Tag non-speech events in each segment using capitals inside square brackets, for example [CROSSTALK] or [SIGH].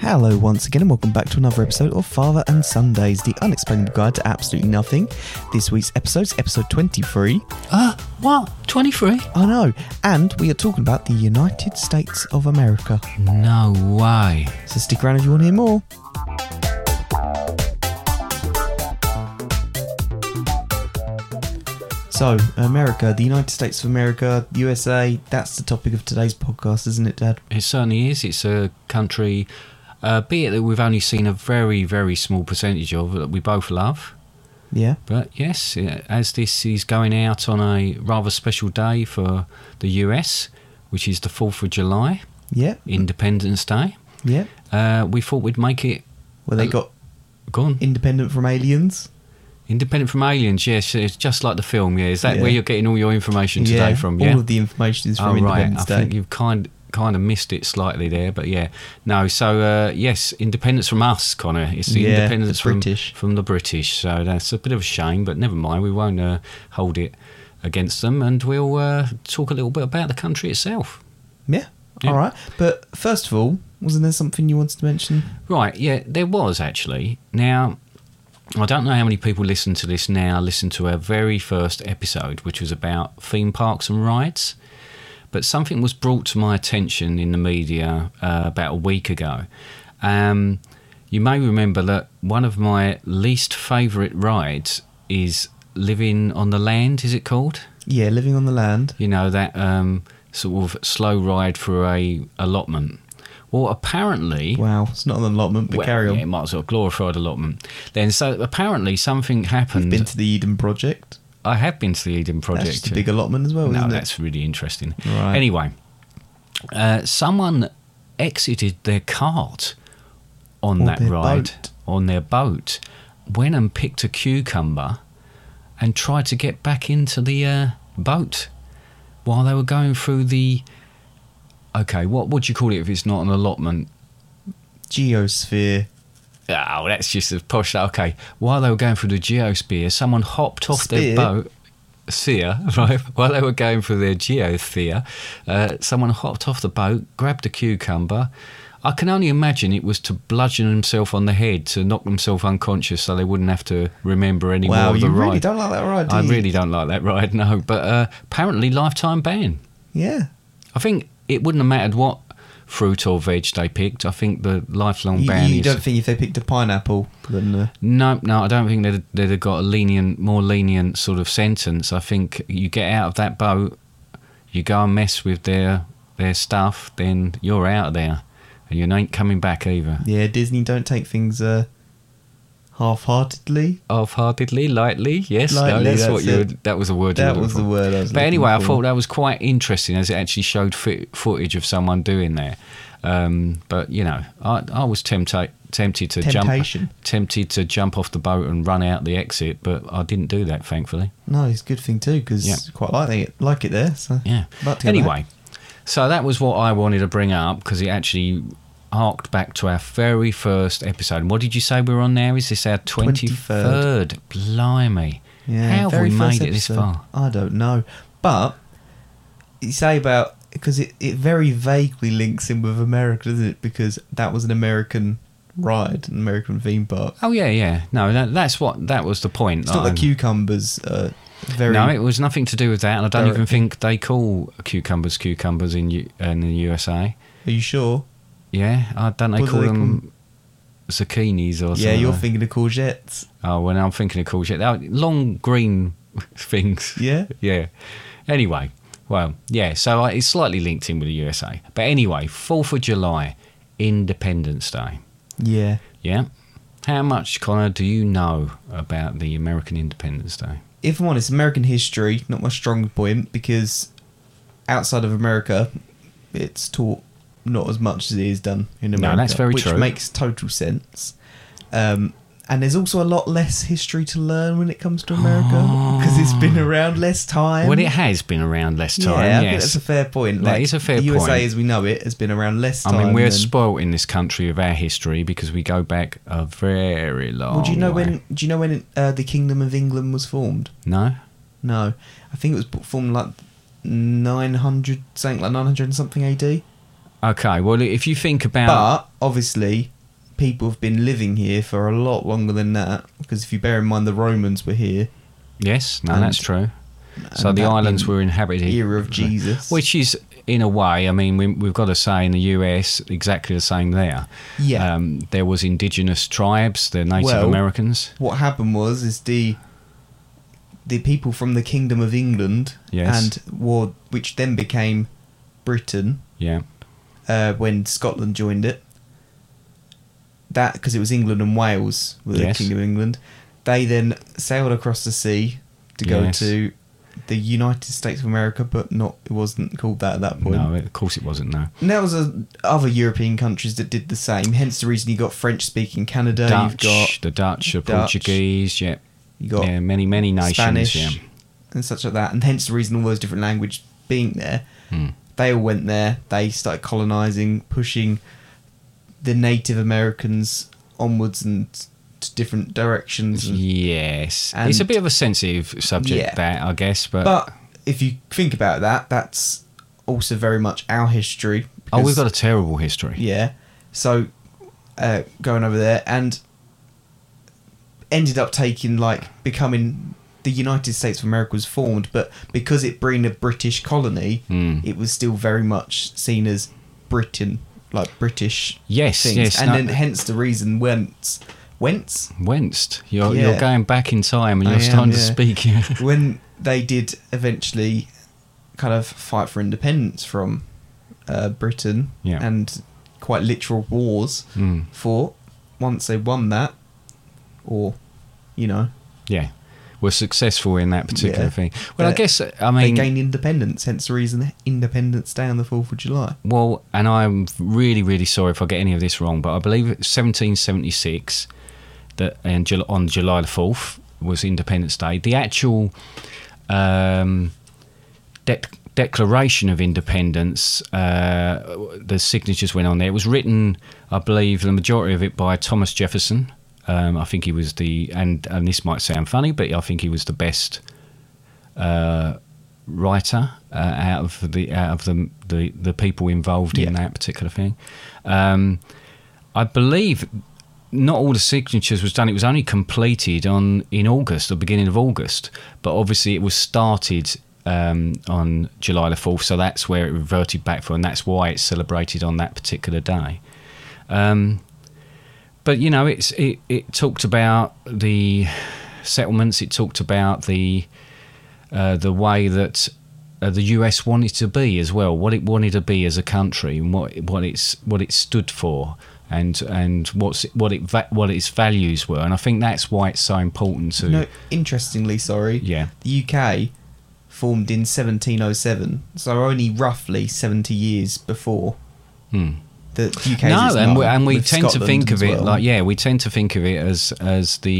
Hello, once again, and welcome back to another episode of Father and Sundays, the unexplainable guide to absolutely nothing. This week's episode is episode 23. Uh, what? 23? I know, and we are talking about the United States of America. No way. So stick around if you want to hear more. So, America, the United States of America, USA, that's the topic of today's podcast, isn't it, Dad? It certainly is. It's a country, uh, be it that we've only seen a very, very small percentage of that we both love. Yeah. But yes, uh, as this is going out on a rather special day for the US, which is the 4th of July, Yeah. Independence Day, Yeah. uh, we thought we'd make it Well, they Uh, got gone. independent from aliens. Independent from Aliens, yes, it's just like the film, yeah. Is that Yeah. where you're getting all your information today from, yeah? All of the information is from oh, right. Independence I Day. think you've kind kind of missed it slightly there, but yeah. No, so uh, yes, independence from us, Connor. It's the Yeah, independence the from British. from the British. So that's a bit of a shame, but never mind. We won't uh, hold it against them, and we'll uh, talk a little bit about the country itself. Yeah. Yeah. All right. But first of all, wasn't there something you wanted to mention? Right, yeah, there was actually. Now, I don't know how many people listen to this now, listen to our very first episode, which was about theme parks and rides. But something was brought to my attention in the media uh, about a week ago. Um, you may remember that one of my least favourite rides is Living on the Land, is it called? Yeah, living on the land. you know that um, sort of slow ride for a allotment. Well, apparently, Wow, it's not an allotment, but well, carry on. yeah, it might as well glorified allotment. Then, so apparently something happened. Been to the Eden Project. I have been to the Eden Project. uh, That's just a big allotment as well, no, isn't that's really interesting. Right. Anyway, uh, someone exited their cart on Or that their ride boat. on their boat, went and picked a cucumber, and tried to get back into the uh, boat while they were going through the. Okay, what would you call it if it's not an allotment? it? Geosphere. Oh, that's just a posh. Okay, while they were going through the geosphere, someone hopped off Spear? their boat. Sphere, [LAUGHS] right? While they were going through their geosphere, uh, someone hopped off the boat, grabbed a cucumber. I can only imagine it was to bludgeon himself on the head to knock himself unconscious, so they wouldn't have to remember any Wow, more of the you really ride. don't like that ride, do I you? really don't like that [LAUGHS] ride. No, but uh, apparently lifetime ban. Yeah. I think it wouldn't have mattered what fruit or veg they picked. I think the lifelong You, ban you is. don't think if they picked a pineapple, then uh, No, no, I don't think they'd, they'd have got a lenient, more lenient sort of sentence. I think you get out of that boat, you go and mess with their their stuff, then you're out of there, and you ain't coming back either. yeah, Disney don't take things uh, half-heartedly. Half-heartedly, lightly, yes, no, Lightly, that's, that's what you. it. Would, that was the word. you That were looking was the for. word I was But looking anyway, I for. thought that was quite interesting as it actually showed fit, footage of someone doing that. Um, but you know, I, I was tempted tempted to Temptation. jump tempted to jump off the boat and run out the exit, but I didn't do that, thankfully. No, it's a good thing too because Yeah. quite like it, like it there. So Yeah. About to go anyway, back. so that was what I wanted to bring up because it actually harked back to our very first episode. And What did you say we're on now? Is this our 23rd? 23rd. Blimey. Yeah, How have very we first made it this episode. far? I don't know, but you say about because it, it very vaguely links in with America, doesn't it? Because that was an American ride, an American theme park. Oh, yeah, yeah. No, that, that's what that was the point. It's not that the I'm- cucumbers. Uh, Very no, it was nothing to do with that, and I don't even Direct. think they call cucumbers cucumbers in U- in the USA. Are you sure? Yeah, I don't they What do call they them zucchinis or something? yeah, you're thinking of courgettes. Oh, when I'm thinking of courgette, they are long green [LAUGHS] things. Yeah. yeah. Anyway, well, yeah. So I, it's slightly linked in with the USA, but anyway, Fourth of July, Independence Day. Yeah. [LAUGHS] Yeah. How much, Connor, do you know about the American Independence Day? If I'm honest, American history not my strong point because outside of America, it's taught not as much as it is done in America. that's very which true. makes total sense. Um, and there's also a lot less history to learn when it comes to America because it's been around less time. Ah. well, it has been around less time. Um, Yeah, I think yes. that's a fair point. That Like, is a fair the point. USA, as we know it, has been around less time. I mean, we're than- spoilt in this country of our history because we go back a very long. Well, do you know way. when? Do you know when uh, the Kingdom of England was formed? No. No, I think it was b- formed like nine hundred something, like nine hundred and something AD. Okay. Well, if you think about, But obviously, people have been living here for a lot longer than that. Because if you bear in mind, the Romans were here. yes, no, and- that's true. So and the that islands in were inhabited. the era of Jesus. Which is, in a way, I mean, we, we've got to say in the US, exactly the same there. Yeah. Um, there was indigenous tribes, the Native Well- Americans. what happened was is the the people from the Kingdom of England Yes. and war, which then became Britain Yeah. uh, when Scotland joined it. That because it was England and Wales were the Yes. Kingdom of England. They then sailed across the sea to go Yes. to the United States of America, but not it wasn't called that at that point. No, of course it wasn't. No. And there was a, other European countries that did the same. Hence the reason you got French speaking Canada. Dutch, You've got the Dutch, the Dutch. Portuguese. Yeah. You got yeah, many many nations. Spanish Yeah. and such like that, and hence the reason all those different language being there. Hmm. They all went there. They started colonizing, pushing the Native Americans onwards and to different directions. and- Yes, And- it's a bit of a sensitive subject Yeah. that I guess, but, But if you think about that, that's also very much our history. oh, we've because- got a terrible history. Yeah. So uh, going over there and ended up taking like becoming the United States of America was formed, but because it being a British colony, Hmm. it was still very much seen as Britain, like British. Yes, things. yes, and no- then hence the reason whence whence Wentz, you're Yeah. you're going back in time and I you're starting am, to yeah. speak. [LAUGHS] when they did eventually kind of fight for independence from uh, Britain Yeah. and quite literal wars Mm. fought, once they won that, or, you know, yeah, we're successful in that particular Yeah. thing. Well, I They- guess I mean they gained independence, hence the reason Independence Day on the 4th of July. Well, and I'm really, really sorry if I get any of this wrong, but I believe it's 1776 that and Jul- on July the 4th was Independence Day. The actual um, de- Declaration of Independence, uh, the signatures went on there. It was written, I believe, the majority of it by Thomas Jefferson. Um, I think he was the and and this might sound funny, but I think he was the best writer uh, out of the out of the the, the people involved in Yeah. that particular thing. Um, I believe not all the signatures was done. It was only completed on in August, the beginning of August. But obviously, it was started um, on July the fourth, so that's where it reverted back for, and that's why it's celebrated on that particular day but you know it's it, it talked about the settlements it talked about the uh, the way that uh, the US wanted to be as well what it wanted to be as a country and what what it's what it stood for and and what's what it va- what its values were and I think that's why it's so important to No, interestingly, sorry, Yeah. the UK formed in 1707, so only roughly 70 years before. The UK Hmm. no, and we, and we tend to think of it like yeah, we tend to think of it as as the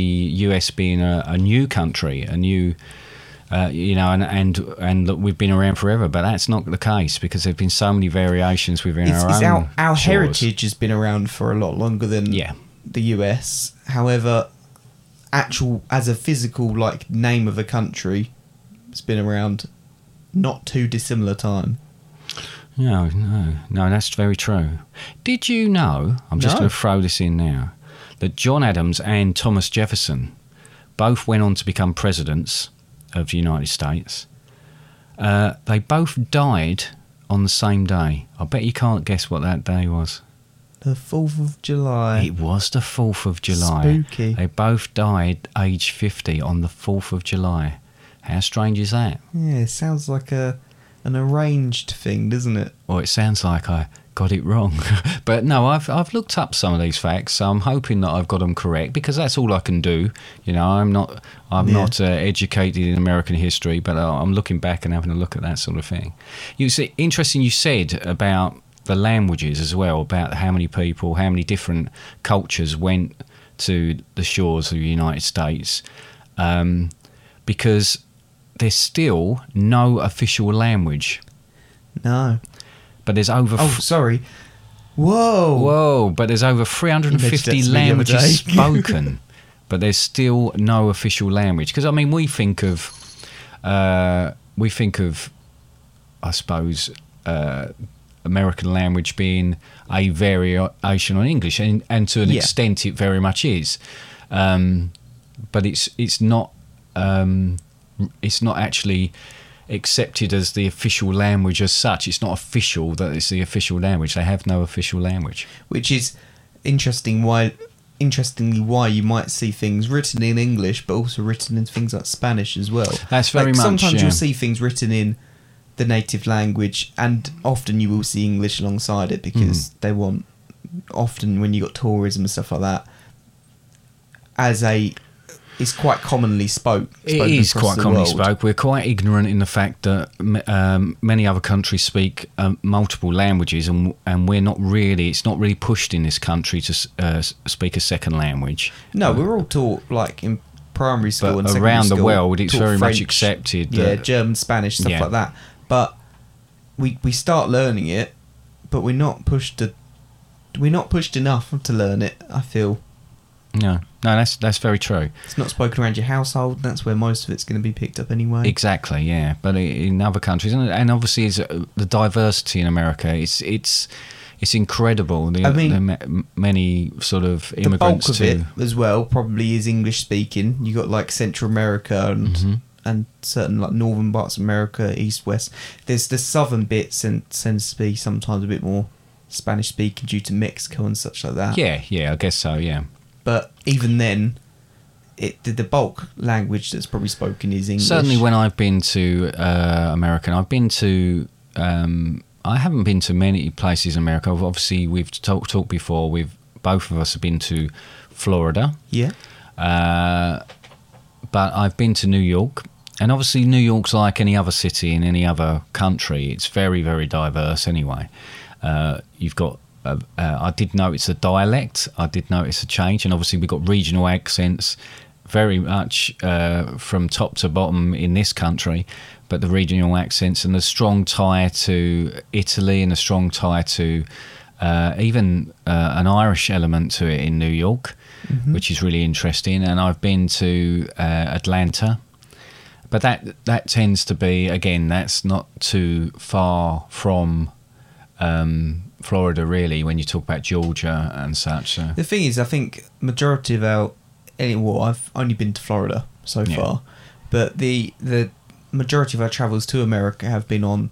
US being a, a new country, a new. Uh, you know, and and and look, we've been around forever, but that's not the case because there've been so many variations within it's, our it's own our, our shores. heritage has been around for a lot longer than Yeah. the US. However, actual as a physical like name of a country, it's been around not too dissimilar time. No, no, no, that's very true. Did you know? I'm just No. going to throw this in now that John Adams and Thomas Jefferson both went on to become presidents of the United States. Uh, they both died on the same day. I bet you can't guess what that day was. The 4th of July. It was the 4th of July. Spooky. They both died age 50 on the 4th of July. How strange is that? Yeah, it sounds like a an arranged thing, doesn't it? Well, it sounds like I got it wrong. [LAUGHS] but no, I've, I've looked up some of these facts, so I'm hoping that I've got them correct because that's all I can do. You know, I'm not I'm Yeah. not uh, educated in American history, but uh, I'm looking back and having a look at that sort of thing. You see, interesting you said about the languages as well, about how many people, how many different cultures went to the shores of the United States. Um, because there's still no official language, No. but there's over Oh, sorry. Whoa. Whoa, but there's over 350 You mentioned that to me the other [LAUGHS] languages day. spoken, but there's still no official language. Because, I mean, we think of, uh, we think of, I suppose, uh, American language being a variation on English, and, and to an Yeah. extent it very much is. Um, but it's, it's not, um, it's not actually accepted as the official language as such. It's not official that it's the official language. They have no official language. Which is interesting why interestingly why you might see things written in English but also written in things like Spanish as well. That's very like, much, sometimes yeah. you'll see things written in the native language and often you will see English alongside it Hmm. because they want often when you got tourism and stuff like that as a it's quite commonly spoke. It spoken is across quite the commonly world. spoke. We're quite ignorant in the fact that m- um, many other countries speak um, multiple languages, and and we're not really. It's not really pushed in this country to s- uh, s- speak a second language. No, we're all taught like in primary school But and secondary around the school, world, it's taught very much French, accepted Yeah, that- German, Spanish, stuff Yeah. like that. But we we start learning it, but we're not pushed to. We're not pushed enough to learn it. I feel No, no, that's that's very true. it's not spoken around your household. And that's where most of it's going to be picked up anyway. Exactly, yeah. But i- in other countries, and, and obviously, is uh, the diversity in America. It's it's it's incredible. The, I mean- the ma- many sort of the bulk immigrants of to it as well probably is English speaking. You got like Central America and Mm-hmm. and certain like northern parts of America, east west. There's the southern bits and tends to be sometimes a bit more Spanish speaking due to Mexico and such like that. Yeah, yeah, I guess so. Yeah. But even then, it the, the bulk language that's probably spoken is English. Certainly, when I've been to uh, America, and I've been to. Um, I haven't been to many places in America. I've- Obviously, we've talked talked before. We've both of us have been to Florida, yeah, uh, but I've been to New York, and obviously, New York's like any other city in any other country. It's very, very diverse. Anyway, uh, you've got. Uh, uh, I did notice a dialect. I did notice a change, and obviously, we've got regional accents, very much uh, from top to bottom in this country. But the regional accents and the strong tie to Italy and a strong tie to uh, even uh, an Irish element to it in New York, which is really interesting. And I've been to uh, Atlanta, but that that tends to be again that's not too far from um, Florida really when you talk about Georgia and such. uh, So. the thing is, I think majority of our any well, I've only been to Florida so Yeah. far, but the the majority of our travels to America have been on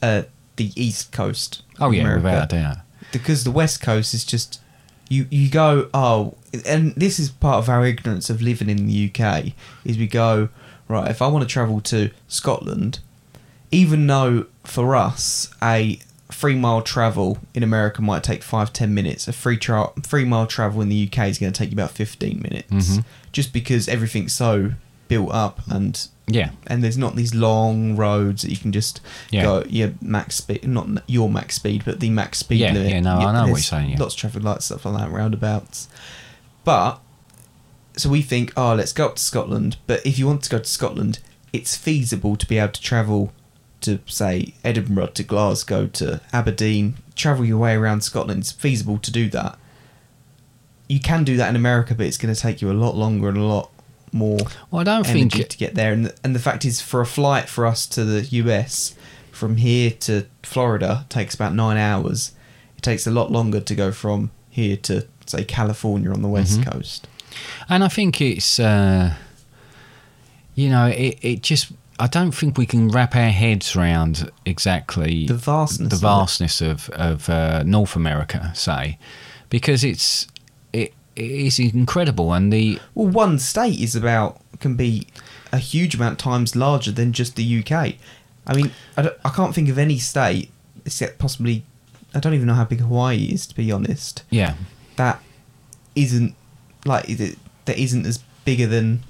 uh, the east coast. Oh of yeah, America. without a doubt. because the west coast is just you you go oh and this is part of our ignorance of living in the UK is we go right if I want to travel to Scotland even though for us a three mile travel in America might take five ten minutes a free tra- three mile travel in the UK is going to take you about 15 minutes just because everything's so built up and Yeah, and there's not these long roads that you can just Yeah. go your max speed, not n- your max speed, but the max speed Yeah, limit. yeah, no, I know what there's you're saying, yeah. Lots of traffic lights, stuff like that, roundabouts. But so we think, oh, let's go up to Scotland. But if you want to go to Scotland, it's feasible to be able to travel to say Edinburgh to Glasgow to Aberdeen, travel your way around Scotland. It's feasible to do that. You can do that in America, but it's going to take you a lot longer and a lot more well, I don't energy think to get there. And the, and the fact is, for a flight for us to the US from here to Florida takes about nine hours. It takes a lot longer to go from here to Mm-hmm. say California on the west coast. And I think it's uh, you know, it, it just, I don't think we can wrap our heads around exactly The vastness the of it. vastness of, of uh, North America, say, because it's, it, it is incredible. And the, Well, one state is about can be a huge amount of times larger than just the UK. I mean, I, don't- I can't think of any state except possibly. I don't even know how big Hawaii is, to be honest. yeah, That isn't like is it- that isn't as bigger than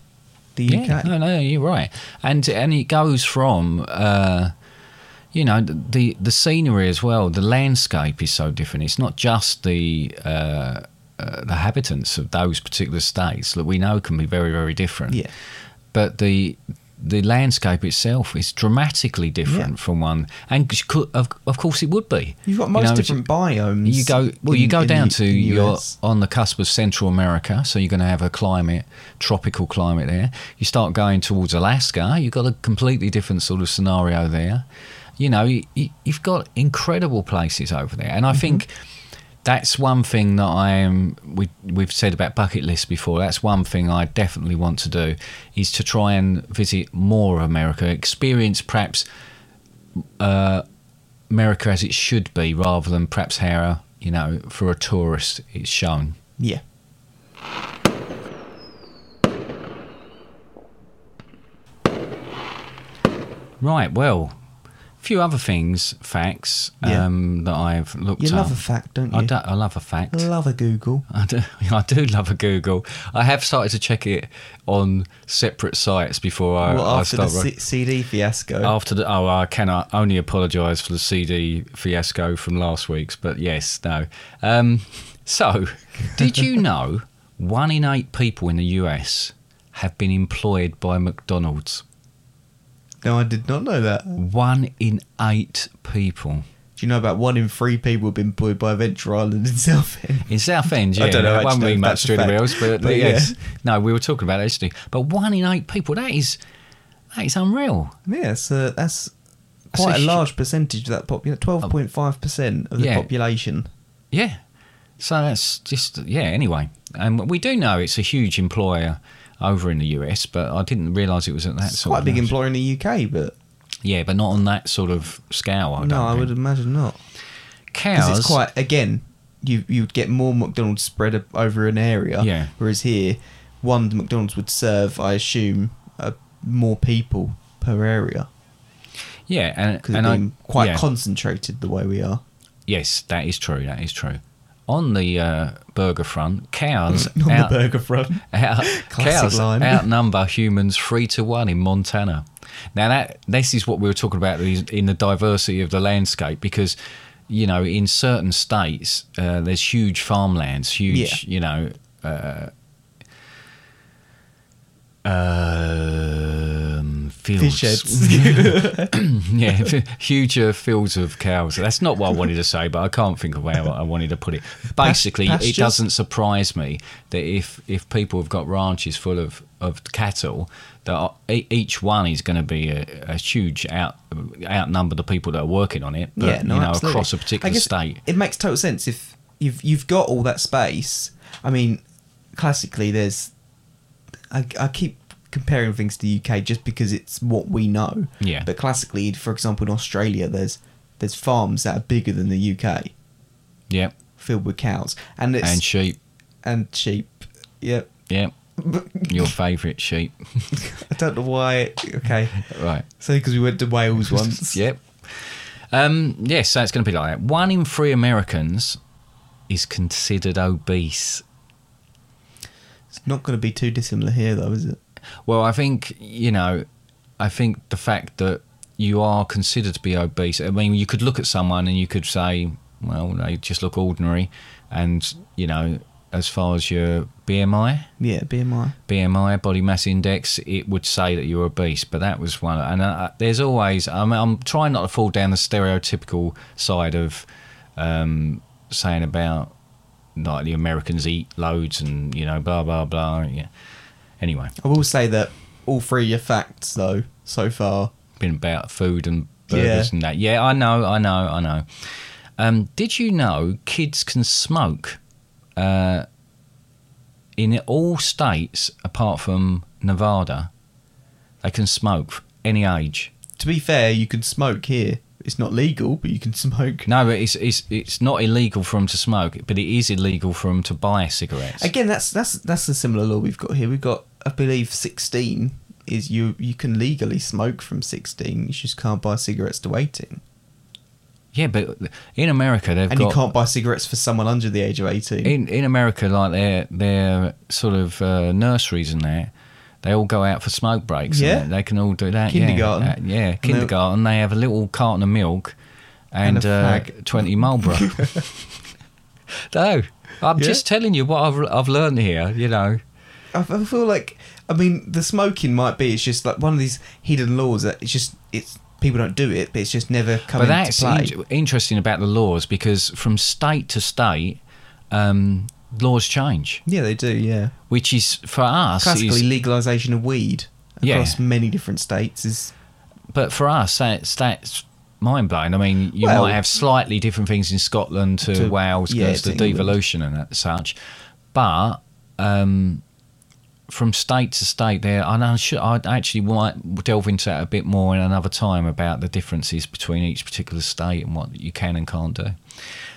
the Yeah, UK. no, no, you're right, and and it goes from, uh, you know, the the scenery as well. The landscape is so different. It's not just the uh, uh, the habitants of those particular states that we know can be very very different. Yeah. but the the landscape itself is dramatically different from one, and c- could- of, of course it would be. You've got You most know, if you- different biomes. you go well. in- you go in down the- to in the you're US. on the cusp of Central America, so you're going to have a climate, tropical climate there. You start going towards Alaska, you've got a completely different sort of scenario there. You know, you, you- you've got incredible places over there, Mm-hmm. and I think that's one thing that I am. We we've said about bucket lists before. That's one thing I definitely want to do is to try and visit more of America, experience perhaps America as it should be, rather than perhaps how you know for a tourist it's shown. Yeah. Right. Well, a few other things, facts Yeah. um, that I've looked You up. love a fact, don't you? I, do, I love a fact. Love a Google. [LAUGHS] I do, I do love a Google. I have started to check it on separate sites before I, well, I after the start. C- CD fiasco. after the oh, I cannot only apologise for the CD fiasco from last week's, but yes, no. Um, [LAUGHS] so, did you know one in eight people in the US have been employed by McDonald's? No, I did not know that. Do One in eight people you know about one in three people have been employed by Venture Island itself? in Southend. Yeah, I don't know, It won't actually, no, mean much that's to a anybody else, fact. but, But yes, yeah. no, we were talking about it yesterday. But one in eight people—that is that is unreal. yeah, so that's So quite a sh- large percentage of that population. Twelve point five percent of the Yeah. population. Yeah. So that's just yeah. Anyway, um, we do know it's a huge employer over in the US, but I didn't realise it was at that It's sort. quite a of big level. employer in the UK, but Yeah, but not on that sort of scale. I don't no, I think. would imagine not. Because Cows. it's quite again, you you'd get more McDonald's spread o- over an area. Yeah. Whereas here, one McDonald's would serve, I assume, uh, more people per area Yeah, and, because and I being quite yeah. concentrated the way we are. [LAUGHS] yes, that is true. That is true. On the uh, burger front, cows [LAUGHS] On out, the burger front. out, [LAUGHS] Classic cows line. outnumber humans three to one in Montana. Now that this is what we were talking about these- in the diversity of the landscape because you know in certain states uh, there's huge farmlands, huge you know. Uh, um, Fish fields. heads. yeah, [LAUGHS] huge uh, fields of cows. That's not what I wanted to say, but I can't think of how I wanted to put it. Basically, it pastures? doesn't surprise me that if if people have got ranches full of of cattle, that are- e- each one is going to be a, a huge out outnumber the people that are working on it. But, yeah, no, you know, absolutely. across a I particular guess state. It makes total sense if you've you've got all that space. I mean, classically, there's. I, I keep comparing things to the UK just because it's what we know. Yeah. But classically, for example, in Australia, there's there's farms that are bigger than the UK, Yeah, filled with cows, and it's and sheep. and sheep. Yep. Yeah, [LAUGHS] your favourite sheep. I don't know why. [LAUGHS] Okay. Right. So because we went to Wales [LAUGHS] once. Yep. Um, yes, so it's going to be like that. One in three Americans is considered obese. It's not going to be too dissimilar here, though, is it? Well, I think you know, I think the fact that you are considered to be obese. I mean, you could look at someone and you could say, well, they just look ordinary, and you know, as far as your BMI, Yeah, BMI. BMI, body mass index, it would say that you're obese. But that was one. And uh, there's always, I'm, I'm trying not to fall down the stereotypical side of um, saying about like the Americans eat loads and, you know, blah, blah, blah. Yeah. Anyway, I will say that all three of your facts, though, so far, been about food and burgers Yeah. and that. Yeah, I know, I know, I know. Um, did you know kids can smoke uh, in all states apart from Nevada They can smoke any age. To be fair, you can smoke here. It's not legal, but you can [LAUGHS] smoke. No, but it's it's it's not illegal for them to smoke, but it is illegal for them to buy cigarettes. Again, that's that's that's a similar law we've got here. We've got, I believe, sixteen is you you can legally smoke from sixteen. You just can't buy cigarettes to eighteen, yeah, but in America they've and got you can't buy cigarettes for someone under the age of eighteen. in in America, like their their sort of uh, nurseries and that, they all go out for smoke breaks. and Yeah. that. they can all do that. Kindergarten. yeah, Uh, yeah, And they- kindergarten. They have a little carton of milk and, And a uh, fag. twenty [LAUGHS] Marlboro. [LAUGHS] no, I'm Yeah. just telling you what I've I've learned here. You know, I, I feel like I mean the smoking might be it's just like one of these hidden laws that it's just it's people don't do it, but it's just never come but into that's play. in- interesting about the laws because from state to state, um, laws change, yeah, they do. Yeah, which is for us is- classically legalization of weed Yeah. across many different states is But for us, that's that's mind blowing. I mean, you Well- might have slightly different things in Scotland to, To- Wales yeah, because to the England. devolution and that such. But um, from state to state, there, and I should, I'd actually might delve into that a bit more in another time about the differences between each particular state and what you can and can't do.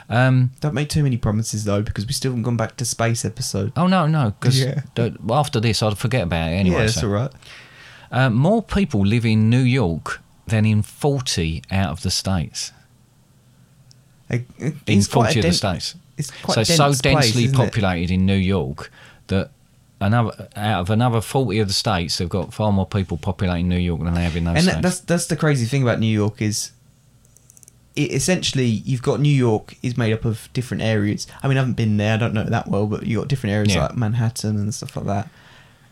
Um, don't make too many promises though because we still haven't gone back to space episode. oh no, no, because Yeah. after this, I'd forget about it anyway. yeah, that's so. all right. uh, more people live in New York than in forty out of the states. I- Uh, It's in quite 40 a of the dense- states. It's so quite a so dense place, densely isn't it? populated in New York that another out of another forty of the states, they've got far more people populating New York than they have in those and states. that, that's that's the crazy thing about New York is, it, essentially you've got New York is made up of different areas. I mean, I haven't been there, I don't know it that well, but you have got different areas Yeah. like Manhattan and stuff like that,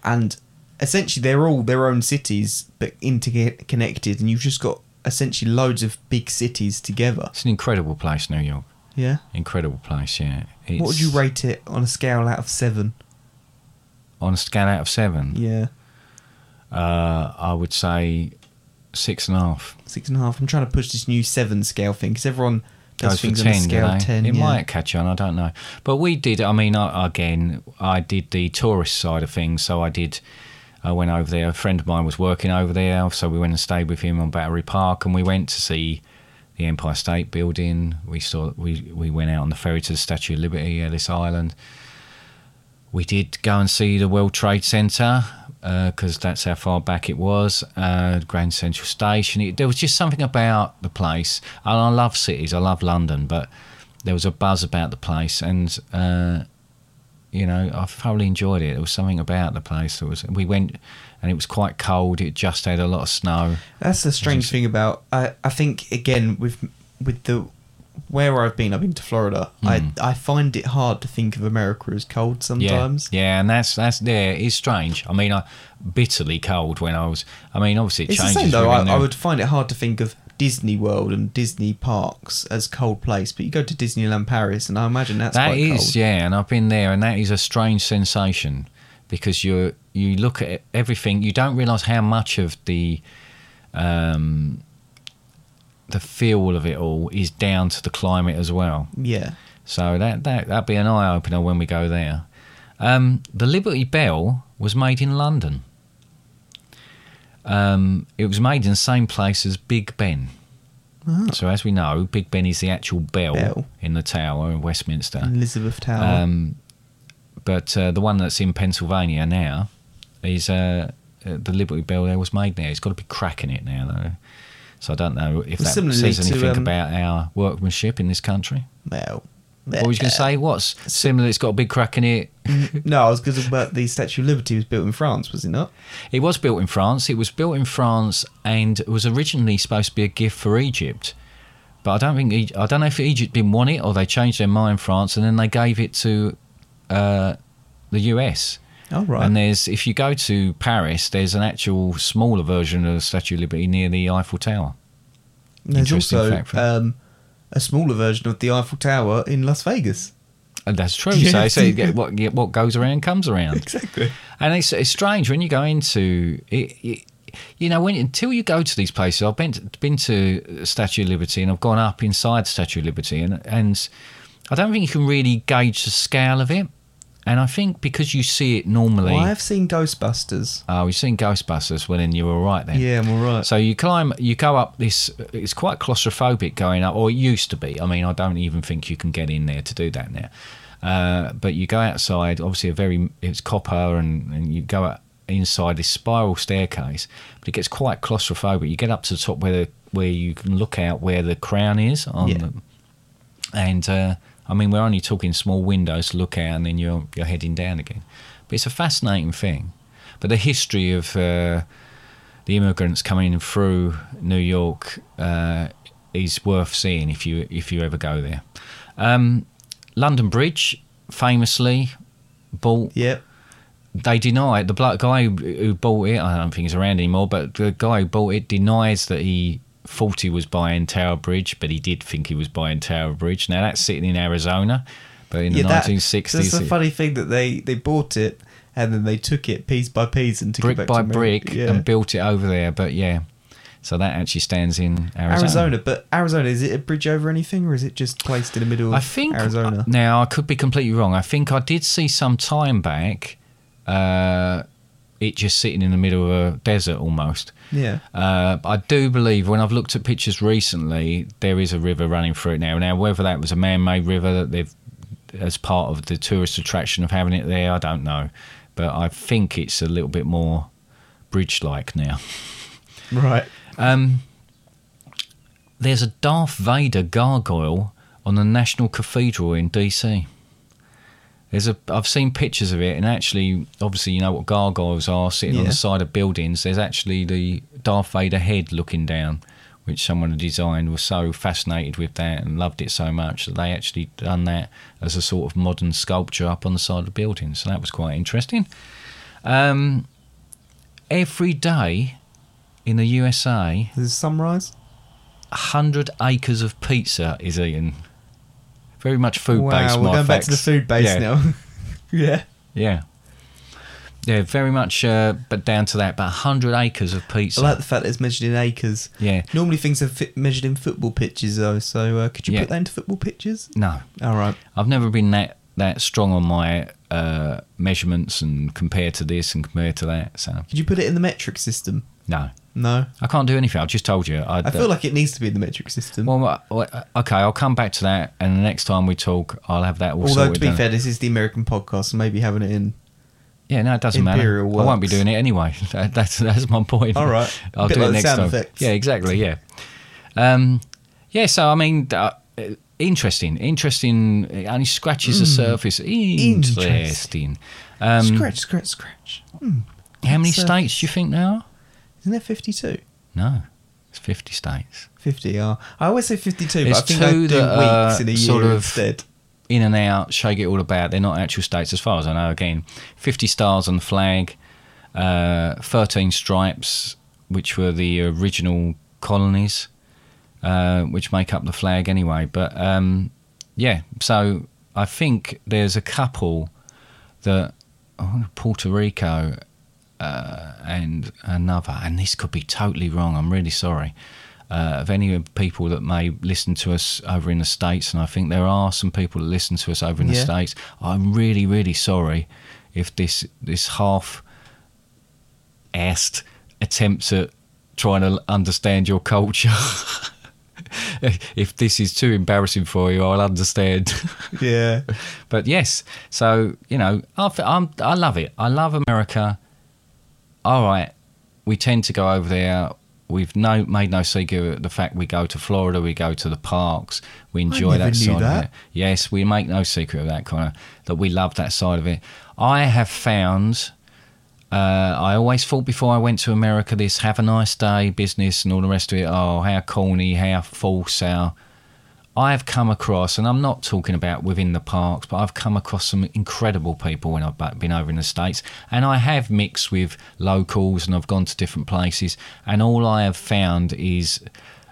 and essentially they're all their own cities but interconnected, and you've just got essentially loads of big cities together. it's an incredible place, New York. Yeah. Incredible place, yeah. It's What would you rate it on a scale out of seven? on a scale out of seven? Yeah, Uh, I would say six and a half. six and a half. I'm trying to push this new seven scale thing because everyone does Goes things for ten, on a do scale they? ten. It yeah. might catch on, I don't know. But we did. I mean, I, again, I did the tourist side of things, so I did. I went over there. A friend of mine was working over there, so we went and stayed with him on Battery Park, and we went to see the Empire State Building. We saw we we went out on the ferry to the Statue of Liberty, Ellis Island. We did go and see the World Trade Center because that's how far back it was. Uh, Grand Central Station. It, there was just something about the place, and I love cities. I love London, but there was a buzz about the place, and uh, you know, I thoroughly enjoyed it. There was something about the place that was. We went, and it was quite cold. It just had a lot of snow. That's the strange thing about I. I think again with with the where I've been, I've been to Florida. I I find it hard to think of America as cold sometimes. Hmm. Yeah, yeah, and that's that's yeah, it's strange. I mean, I bitterly cold when I was. I mean, obviously it It's the changes. same though. within I, I the- would find it hard to think of Disney World and Disney parks as cold place, but you go to Disneyland Paris, and I imagine that's That quite is, cold. yeah, and I've been there, and that is a strange sensation because you you look at everything, you don't realise how much of the um, the feel of it all is down to the climate as well. Yeah, So that that that'd be an eye opener when we go there. Um, the Liberty Bell was made in London. Um, it was made in the same place as Big Ben. So as we know, Big Ben is the actual bell, Ah. Bell. Mm. in the tower in Westminster. Elizabeth Tower. Uh, Um, but uh, the one that's in Pennsylvania now is uh, uh, the Liberty Bell. There was made there. It's got to be cracking it now, though. So I don't know if Well, that similarly says to, anything um, about our workmanship in this country. well, What Uh, was you going to say? What's similar? It's got a big crack in it. No, I was going to about the Statue of Liberty was built in France, was it not? It was built in France. It was built in France and it was originally supposed to be a gift for Egypt. But I don't think E- I don't know if Egypt didn't want it or they changed their mind. France and then they gave it to uh, the US. Oh right. And there's if you go to Paris, there's an actual smaller version of the Statue of Liberty near the Eiffel Tower. There's Interesting also fact for- um, a smaller version of the Eiffel Tower in Las Vegas. And Uh, that's true. [LAUGHS] Yeah. So, so you get what get what goes around comes around. Exactly. And it's, it's strange when you go into it. it you know, when until you go to these places, I've been to, been to Statue of Liberty and I've gone up inside Statue of Liberty, and and I don't think you can really gauge the scale of it. And I think because you see it normally, Well, Oh, I have seen Ghostbusters. oh, you've seen Ghostbusters. Well, then you're all right then. Yeah, I'm all right. So you climb, you go up this. It's quite claustrophobic going up, or it used to be. I mean, I don't even think you can get in there to do that now. Uh, but you go outside. Obviously, a very it's copper, and, and you go out inside this spiral staircase. But it gets quite claustrophobic. You get up to the top where the, where you can look out where the crown is on Yeah. the, and uh, I mean, we're only talking small windows to look out, and then you're you're heading down again. But it's a fascinating thing. But the history of uh, the immigrants coming through New York uh, is worth seeing if you if you ever go there. Um, London Bridge, famously bought Yep. they deny it. The black guy who- who bought it, I don't think he's around anymore, but the guy who bought it denies that he thought he was buying Tower Bridge, but he did think he was buying Tower Bridge. Now that's sitting in Arizona, but in yeah, the that- 1960s, That's the it- funny thing that they they bought it and then they took it piece by piece and took it brick back by to America. brick, Yeah. and built it over there. But yeah, so that actually stands in Arizona. Arizona, but Arizona is it a bridge over anything or is it just placed in the middle? Of I think uh, Arizona. Now I could be completely wrong. I think I did see some time back uh, it just sitting in the middle of a desert almost. yeah. Uh, I do believe when I've looked at pictures recently, there is a river running through it now. Now, whether that was a man-made river that they've as part of the tourist attraction of having it there, I don't know, but I think it's a little bit more bridge-like now. Right. Um, there's a Darth Vader gargoyle on the National Cathedral in DC. There's a I've seen pictures of it, and actually, obviously, you know what gargoyles are sitting on Yeah. the side of buildings. There's actually the Darth Vader head looking down, which someone had designed. Was so fascinated with that and loved it so much that they actually done that as a sort of modern sculpture up on the side of the building. So that was quite interesting. Um, every day in the USA, There's sunrise. 100 acres of pizza is eaten. Very much food based. wow, we're going back to the food base yeah, now. [LAUGHS] yeah. Yeah. Yeah, very much, uh, but down to that, but 100 acres of pizza. I like the fact that it's measured in acres. Yeah. Normally things are fi- measured in football pitches though, so uh, could you Yeah. put that into football pitches? no, All right. I've never been that, that strong on my uh, measurements and compared to this and compared to that. So, Could you put it in the metric system? no, No. I can't do anything. I just told you. I feel like it needs to be in the metric system. Well, well, well, okay, I'll come back to that, and the next time we talk, I'll have that all Although sorted to be down. fair, this is the American podcast, so maybe having it in. Yeah, no, it doesn't Imperial matter. I won't be works. doing it anyway. [LAUGHS] That, that's that's my point. All right. [LAUGHS] I'll Bit do like it the next sound time. effects. Yeah, exactly. Yeah, um, yeah. So I mean, uh, uh, interesting, interesting. It only scratches the surface. Interesting. Hmm. Interesting. Um, scratch, scratch, scratch. how many surface. states do you think there are? Isn't there 52? No, it's fifty states 50 are. I always say 52, It's but I think I do two weeks that are in a year sort of- instead. [LAUGHS] in and out, shake it all about. They're not actual states, as far as I know. Again, 50 stars on the flag, uh, 13 stripes, which were the original colonies, uh, which make up the flag anyway. But um, yeah, so I think there's a couple that oh, Puerto Rico uh, and another, and this could be totally wrong. I'm really sorry. Uh, of any of people that may listen to us over in the states, and I think there are some people that listen to us over in the Yeah. states. I'm really, really sorry if this this half assed attempts at trying to l- understand your culture. [LAUGHS] if this is too embarrassing for you, I'll understand. Yeah. but yes, so you know, I, th- I'm, I love it. I love America. All right, we tend to go over there. We've no made no secret of the fact we go to Florida, we go to the parks, we enjoy never that knew side that. of it. Yes, we make no secret of that kind of that we love that side of it. I have found. Uh, I always thought before I went to America this have a nice day business and all the rest of it. Oh, how corny, how false, how I've come across, and I'm not talking about within the parks, but I've come across some incredible people when I've bu- been over in the States. And I have mixed with locals and I've gone to different places. And all I have found is,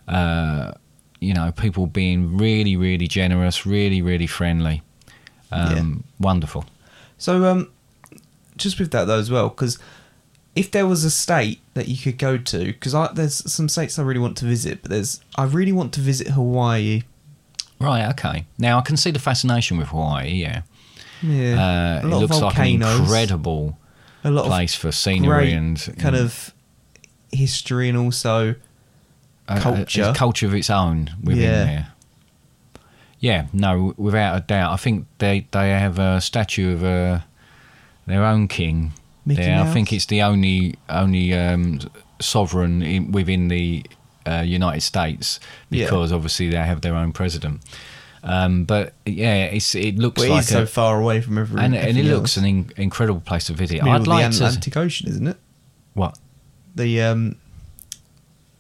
uh, you know, people being really, really generous, really, really friendly. Um, Wonderful. So, um, just with that though as well, because if there was a state that you could go to, because there's some states I really want to visit, but there's I really want to visit Hawaii. Right, okay. Now I can see the fascination with Hawaii, yeah. Yeah. Uh, A it lot of looks like an volcanoes. incredible a lot place for of scenery great and kind of history and also a- a- a culture. culture of its own within Yeah. there. Yeah, no, without a doubt. I think they they have a statue of uh, their own king Mickey there. I Mouse? think it's the only only um, sovereign in, within the uh, United States Yeah. because obviously they have their own president. Um, but yeah, it's it looks but it like is so a- far away from everyone. and, and it looks an in, incredible place to visit. I'd like the to Atlantic Ocean, isn't it? what? The um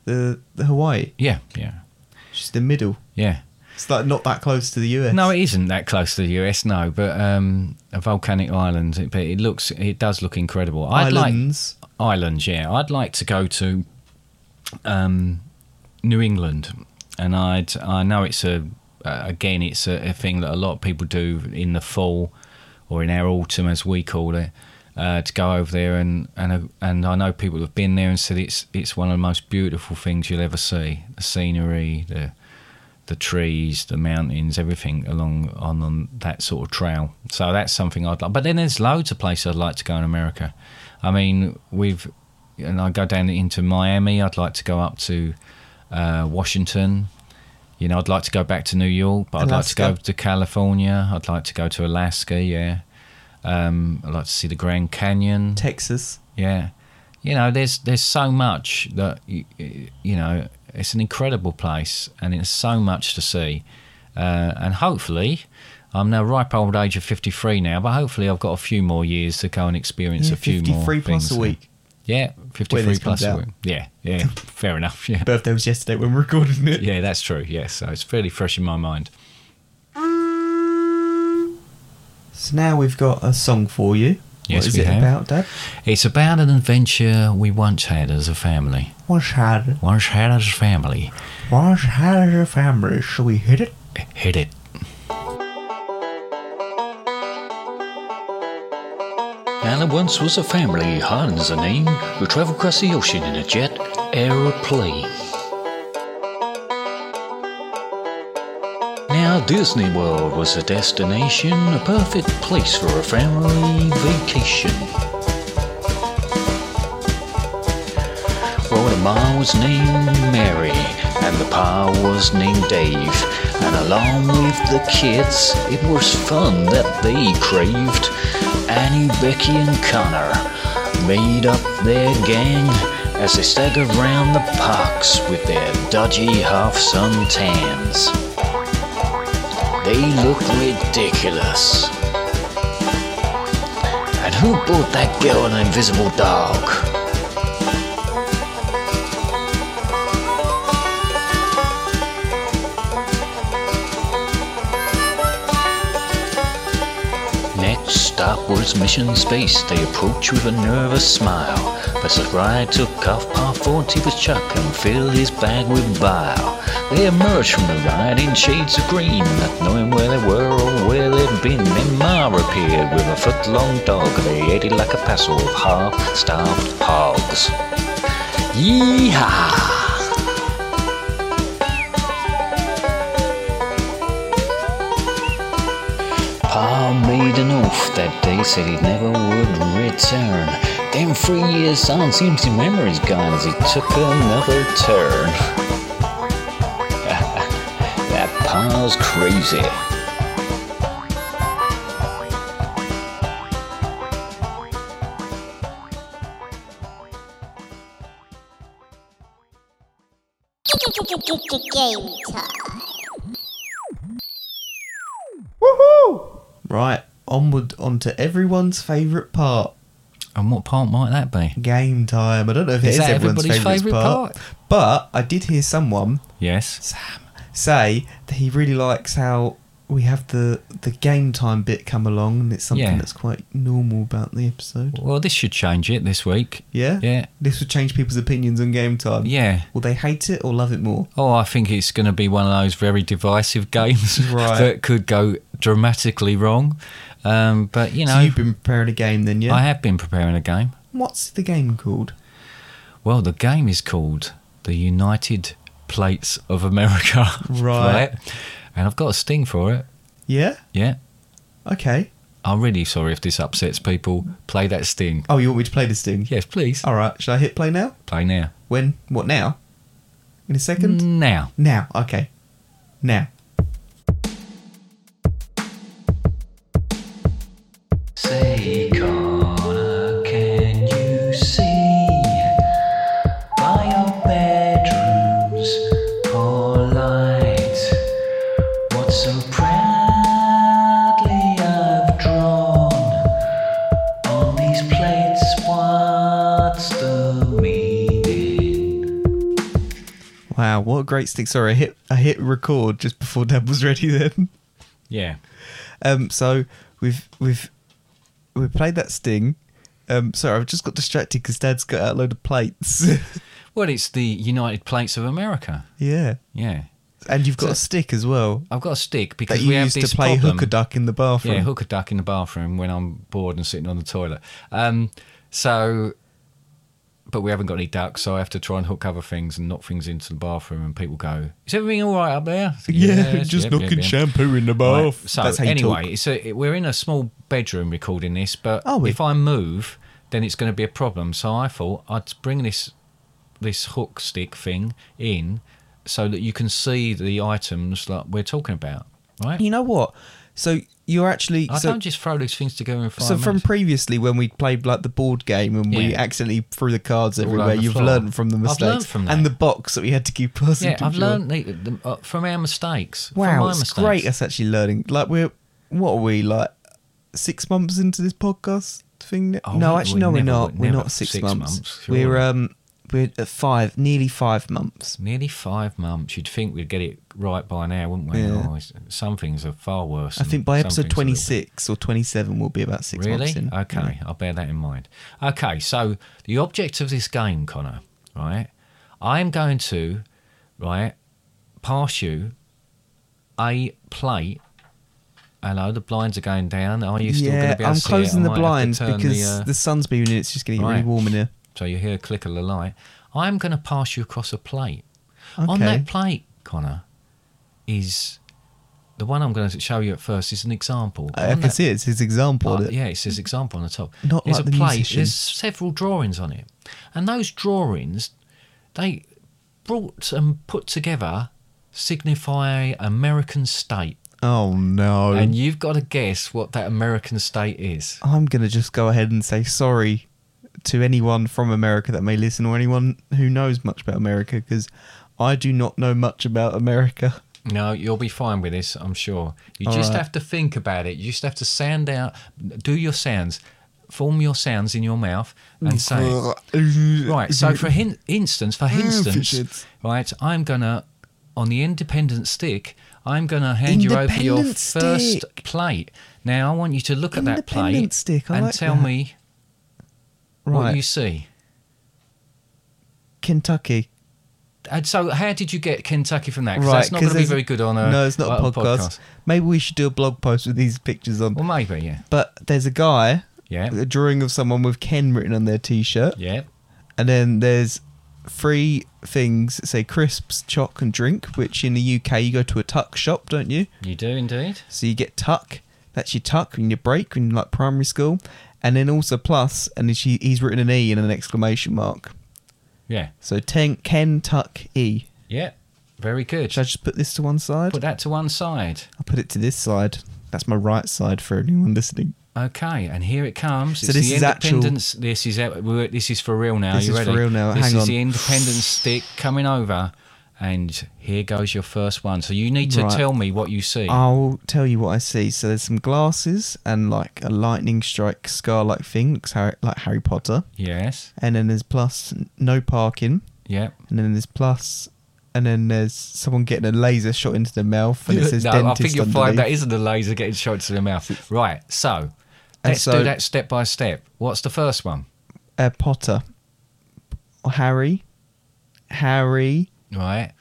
the the Hawaii. Yeah, yeah, It's just the middle. yeah. It's like not that close to the US. No, it isn't that close to the US. No, but um, a volcanic island. It, but it looks, it does look incredible. I'd islands. like islands. Yeah, I'd like to go to um, New England, and I'd. I know it's a. Uh, again, it's a, a thing that a lot of people do in the fall, or in our autumn, as we call it. Uh, to go over there and and uh, and I know people have been there and said it's it's one of the most beautiful things you'll ever see. The scenery, the the trees, the mountains, everything along on, on that sort of trail. So that's something I'd like. But then there's loads of places I'd like to go in America. I mean, we've and I go down into Miami. I'd like to go up to uh, Washington. You know, I'd like to go back to New York, but I'd like to Alaska. go to California. I'd like to go to Alaska. Yeah, um, I'd like to see the Grand Canyon. Texas. Yeah, you know, there's there's so much that y- y- you know it's an incredible place, and it's so much to see. Uh, and hopefully, I'm now ripe old age of 53 now, but hopefully I've got a few more years to go and experience Yeah, a few more 53 plus things. a week. Yeah, 53 this plus comes a out. week. Yeah, [LAUGHS] yeah, fair enough. Yeah, Birthday was yesterday when we recorded it. yeah, that's true. Yeah, so it's fairly fresh in my mind. So now we've got a song for you. Yes, what is we it have. about, Dad? It's about an adventure we once had as a family. Once had Once had as a family. once had a family. Shall we hit it? Hit it. Now there once was a family, Hans and Ing, who travelled across the ocean in a jet aeroplane. Now Disney World was a destination, a perfect place for a family vacation. Well, the ma was named Mary, and the pa was named Dave. And along with the kids, it was fun that they craved. Annie, Becky, and Connor made up their gang as they staggered round the parks with their dodgy half-sun tans. They looked ridiculous. And who bought that girl an invisible dog? Next stop was Mission Space. They approached with a nervous smile. But as Ryan took off, Par 40 was chucked and filled his bag with bile. They emerged from the ride in shades of green, not knowing where they were or where they'd been. Then Ma appeared with a foot-long dog. They ate it like a parcel of half-starved hogs. Yeehaw! Pa made an oath that day, said he never would return. Then three years on, seems his memory's gone as he took another turn. [LAUGHS] that Pa's crazy. Game time. Right, onward onto everyone's favourite part. And what part might that be? Game time. I don't know if Is it is that everyone's everybody's favourite favourite part, But I did hear someone Yes. say that he really likes how we have the the game time bit come along and it's something Yeah. that's quite normal about the episode. Well, this should change it this week. Yeah? Yeah. This would change people's opinions on game time. Yeah. Will they hate it or love it more? Oh, I think it's going to be one of those very divisive [LAUGHS] games Right. that could go dramatically wrong. Um, but, you so know, you've been preparing a game then, yeah? I have been preparing a game. What's the game called? Well, the game is called the United Plates of America. [LAUGHS] Right. And I've got a sting for it. Yeah? Yeah. Okay. I'm really sorry if this upsets people. Play that sting. Oh, you want me to play this thing? Yes, please. All right. Shall I hit play now? Play now. When? What now? In a second? Now. Now. Okay. Now. Say, Connor, can you see by your bedroom's poor light what so proudly I've drawn on these plates? What's the meaning? Wow, what a great stick. Sorry, I hit, I hit record just before Dad was ready then. Yeah. Um, so we've we've we played that sting. Um, sorry, I've just got distracted because Dad's got out a load of plates. [LAUGHS] Well, it's the United Plates of America. yeah, Yeah. and you've got a stick as well I've got a stick because that you we have used this to play problem. hooker duck in the bathroom. [LAUGHS] Yeah, hook a duck in the bathroom when I'm bored and sitting on the toilet. Um, so, but we haven't got any ducks, so I have to try and hook other things and knock things into the bathroom. And people go, "Is everything all right up there?" I say, "Yes, yep, yep, yep." shampoo in the Right, bath. So That's how you anyway, talk. it's a, we're in a small bedroom recording this, but Are we? if I move, then it's going to be a problem. So I thought I'd bring this this hook stick thing in so that you can see the items that we're talking about, right? you know what? So you're actually I so, don't just throw these things together in five so from minutes. previously when we played like the board game and we Yeah. accidentally threw the cards over everywhere. the You've floor. learned from the I've mistakes learned from and the that. box that we had to keep passing. yeah, to I've each other. learned the, the, uh, from our mistakes. from Wow, my it's mistakes. great. Us actually learning. Like we're what are we like six months into this podcast thing? now? Oh, no, we- actually, we no, we're never- not. we We're never- not six, six months. months, surely. Mm, we're um we're at five, nearly five months. Nearly five months. You'd think we'd get it right by now, wouldn't we? Yeah. Oh, it's- some things are far worse. I than think by some episode things a little twenty bit. six or twenty seven, we'll be about six Really? months in. Okay, I'll bear that in mind. Okay, so the object of this game, Connor, right? I am going to, right, pass you a plate. Hello, the blinds are going down. Are you still going yeah, to be able I'm to see it? I closing the might have to blinds turn because the, the, uh, sun's beaming in. It's just going to get really Right. warm in here. so you hear a click of the light. I'm going to pass you across a plate. On Okay. that plate, Connor, is the one I'm going to show you at first is an example. I On can that see it. It's his example. Mm. Oh, of it. yeah, it says example on the top. Not there's like a the plate. musician. There's several drawings on it, and those drawings, they brought and put together signify American state, Oh no! and you've got to guess what that American state is. I'm going to just go ahead and say sorry to anyone from America that may listen or anyone who knows much about America because I do not know much about America. No, you'll be fine with this, I'm sure. You All just right. have to think about it. You just have to sound out, do your sounds, form your sounds in your mouth, Mm, and say. it. Right. So for hin- instance, Oh, for instance, fidgets. right, I'm gonna on the independent stick, I'm gonna hand you over your Independent first stick. plate. Now I want you to look at that plate Independent stick, I and like tell that. me what Right. you see. Kentucky. And so, how did you get Kentucky from that? Because right. that's not 'cause going to be there's- very good on a No, it's not a on podcast. Maybe we should do a blog post with these pictures on. Well, maybe, yeah, But there's a guy, yeah, a drawing of someone with Ken written on their t shirt. yeah. And then there's three things that say crisps, chalk, and drink, which in the UK you go to a tuck shop, don't you? You do indeed. So you get tuck. That's your tuck when you break when you're like primary school, and then also plus, and then she, he's written an e and an exclamation mark. Yeah, So ten Ken tuck e. yeah. Very good. Should I just put this to one side? Put that to one side. I'll put it to this side. That's my right side for anyone listening. Okay, and here it comes. So it's this the is actual- independence. This is out- we're- this is for real now. This you is for ready? real now. This Hang is on. the independence stick coming over, and here goes your first one. So you need to Right. Uh, tell me what you see. I'll tell you what I see. So there's some glasses and like a lightning strike scar like thing, looks Harry, like Harry Potter. yes. And then there's plus no parking. Yep. And then there's plus, and then there's someone getting a laser shot into the mouth, and it says [LAUGHS] no, dentist I think you'll underneath. find that isn't a laser getting shot to the mouth. Right. So And let's so- do that step by step. What's the first one? uh, Potter, Harry, Harry Right.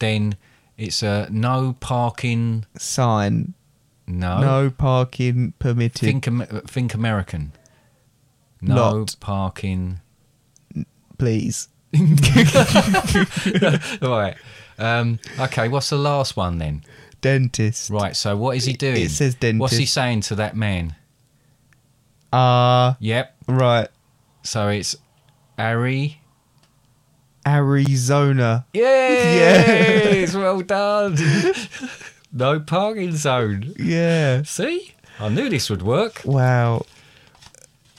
Then it's a no parking. sign, No. no parking permitted. Think Am- think American. No Lot. parking. [LAUGHS] please, right. Um, okay, what's the last one then? dentist. Right, so what is he doing? It says What's he dentist. saying to that man? Ah, Yep. right. So it's Ari. Arizona. Yes. Well done. [LAUGHS] no parking zone. Yeah. See, I knew this would work. Wow.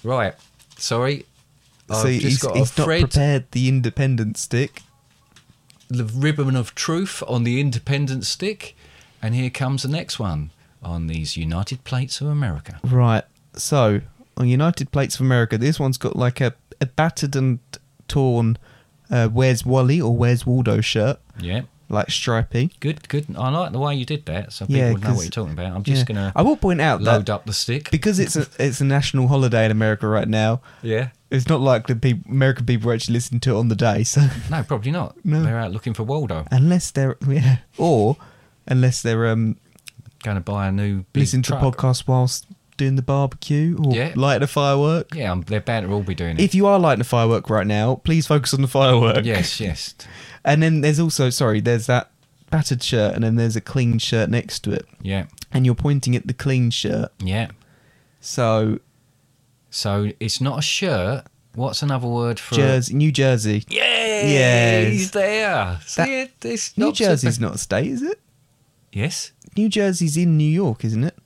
Right. Sorry. I've so just he's, got he's a not thread, prepared the independent stick. the ribbon of truth on the independent stick, and here comes the next one on these United Plates of America. Right. So on United Plates of America, this one's got like a, a battered and torn uh, "Where's Wally" or "Where's Waldo" shirt, Yep. like stripey. Good, good. I like the way you did that, so people Yeah, know 'cause- what you're talking about. I'm just Yeah. gonna I will point out load that up the stick. because it's a it's a national holiday in America right now. yeah. It's not likely people, American people are actually listening to it on the day, so [LAUGHS] No, probably not. No. They're out looking for Waldo, unless they're yeah, or unless they're um going to buy a new big listening to truck. podcasts whilst doing the barbecue or Yeah. lighting a firework. Yeah, um, they're bound to all be doing it. If you are lighting a firework right now, please focus on the firework. yes, yes. And then there's also sorry, there's that battered shirt, and then there's a clean shirt next to it, Yeah, and you're pointing at the clean shirt. yeah. So So it's not a shirt. What's another word for Jersey, New Jersey. Yeah, he's there. See That- it? It's New not so Jersey's bad. not a state, is it? Yes. New Jersey's in New York, isn't it?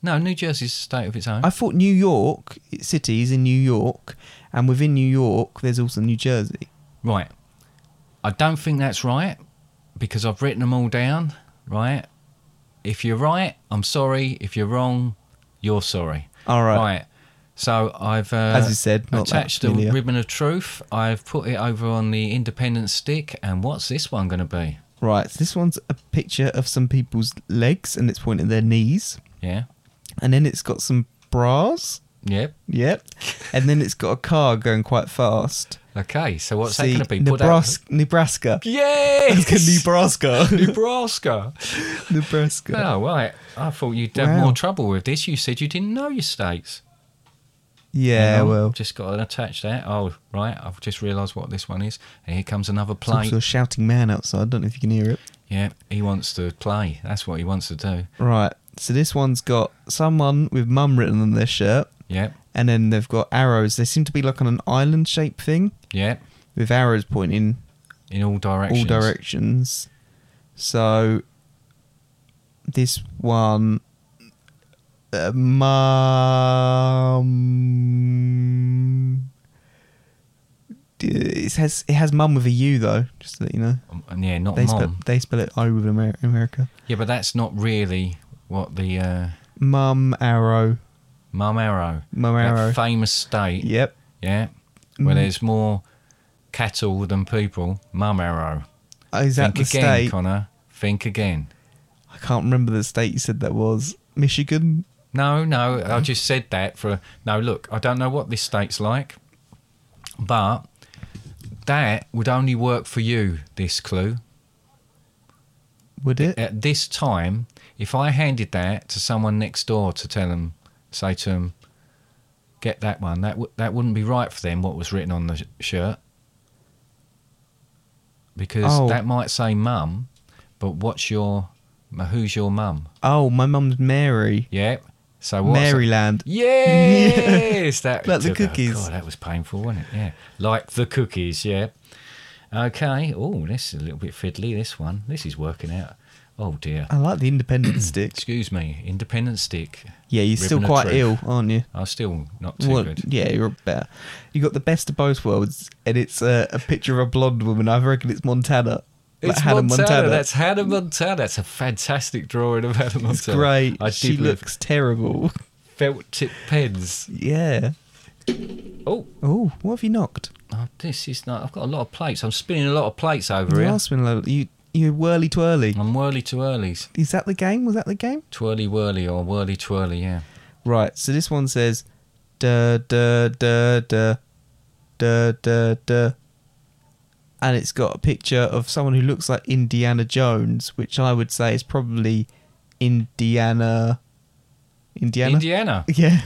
No, New Jersey's a state of its own. I thought New York City is in New York, and within New York, there's also New Jersey. Right. I don't think that's right because I've written them all down, right? If you're right, I'm sorry. If you're wrong, you're sorry. All right. Right. So I've uh, As you said, not that attached a familiar. ribbon of truth. I've put it over on the independent stick, and what's this one going to be? Right, so this one's a picture of some people's legs, and it's pointing at their knees, Yeah. and then it's got some bras. Yep. Yep, and then it's got a car going quite fast. Okay. So what's See, that going to be? Put that- Nebraska. Nebraska. [LAUGHS] Yes. [LAUGHS] Nebraska. Nebraska. Nebraska. Oh right. I thought you'd have Wow. more trouble with this. You said you didn't know your states. Yeah, Hang on, well, Just got to attach that. Oh, right. I've just realised what this one is. And here comes another there's play. also a shouting man outside. I don't know if you can hear it. Yeah, he wants to play. That's what he wants to do. Right, so this one's got someone with mum written on their shirt, Yeah, and then they've got arrows. They seem to be like on an island shaped thing yeah. with arrows pointing In all directions. all directions. So this one, uh, mum. It has it has mum with a U though, just to let you know. Um, Yeah, not They mom. spell they spell it O with Amer- America. Yeah, but that's not really what the uh, Mum arrow mum arrow. mum that arrow. Mm-hmm. famous state. Yep. Yeah. Where there's more cattle than people. Mum arrow. Oh, is that Think the again, state? Connor. Think again. I can't remember the state you said that was. Michigan. No, no, I just said that for no. Look, I don't know what this state's like, but that would only work for you. This clue Would it? at this time, if I handed that to someone next door to tell them, say to them, get that one. That w- that wouldn't be right for them. What was written on the sh- shirt, because Oh. that might say mum, but what's your who's your mum? Oh, my mum's Mary. Yep. So what's Maryland. Yes, that Like the took a- cookies. God, that was painful, wasn't it? Yeah, like the cookies. Yeah. Okay. Oh, this is a little bit fiddly. This one. This is working out. Oh dear. I like the [CLEARS THROAT] independent stick. Excuse me. Independent stick. Yeah, you're Ribbon still of quite truth. ill, aren't you? I'm still not too Well, good. yeah, you're better. You got the best of both worlds, and it's uh, a picture of a blonde woman. I reckon it's Montana. Like It's Hannah Montana. That's Hannah Montana. That's a fantastic drawing of Hannah Montana. it's great. I did she with looks terrible. [LAUGHS] felt tip pens. yeah. Oh, Oh, what have you knocked? oh, this is not. I've got a lot of plates. I'm spinning a lot of plates over The here. last one, Lola, you you whirly twirly. I'm whirly to earlys. Is that the game? Was that the game? Twirly whirly or whirly twirly. Yeah. Right. So this one says, da da da da da da da, and it's got a picture of someone who looks like Indiana Jones, which I would say is probably Indiana. Indiana. Indiana. [LAUGHS] Yeah.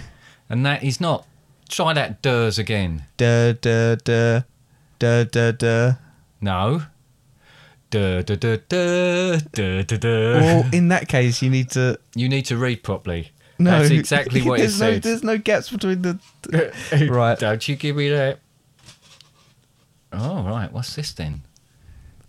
And that is not. Try that durs again. Da da da da da [LAUGHS] da. No. Duh, duh, duh, duh, duh, duh, duh. Well, in that case, you need to. You need to read properly. No, [LAUGHS] That's exactly what it there's no, said. There's no gaps between [LAUGHS] the. right. Don't you give me that. Oh, right. What's this then?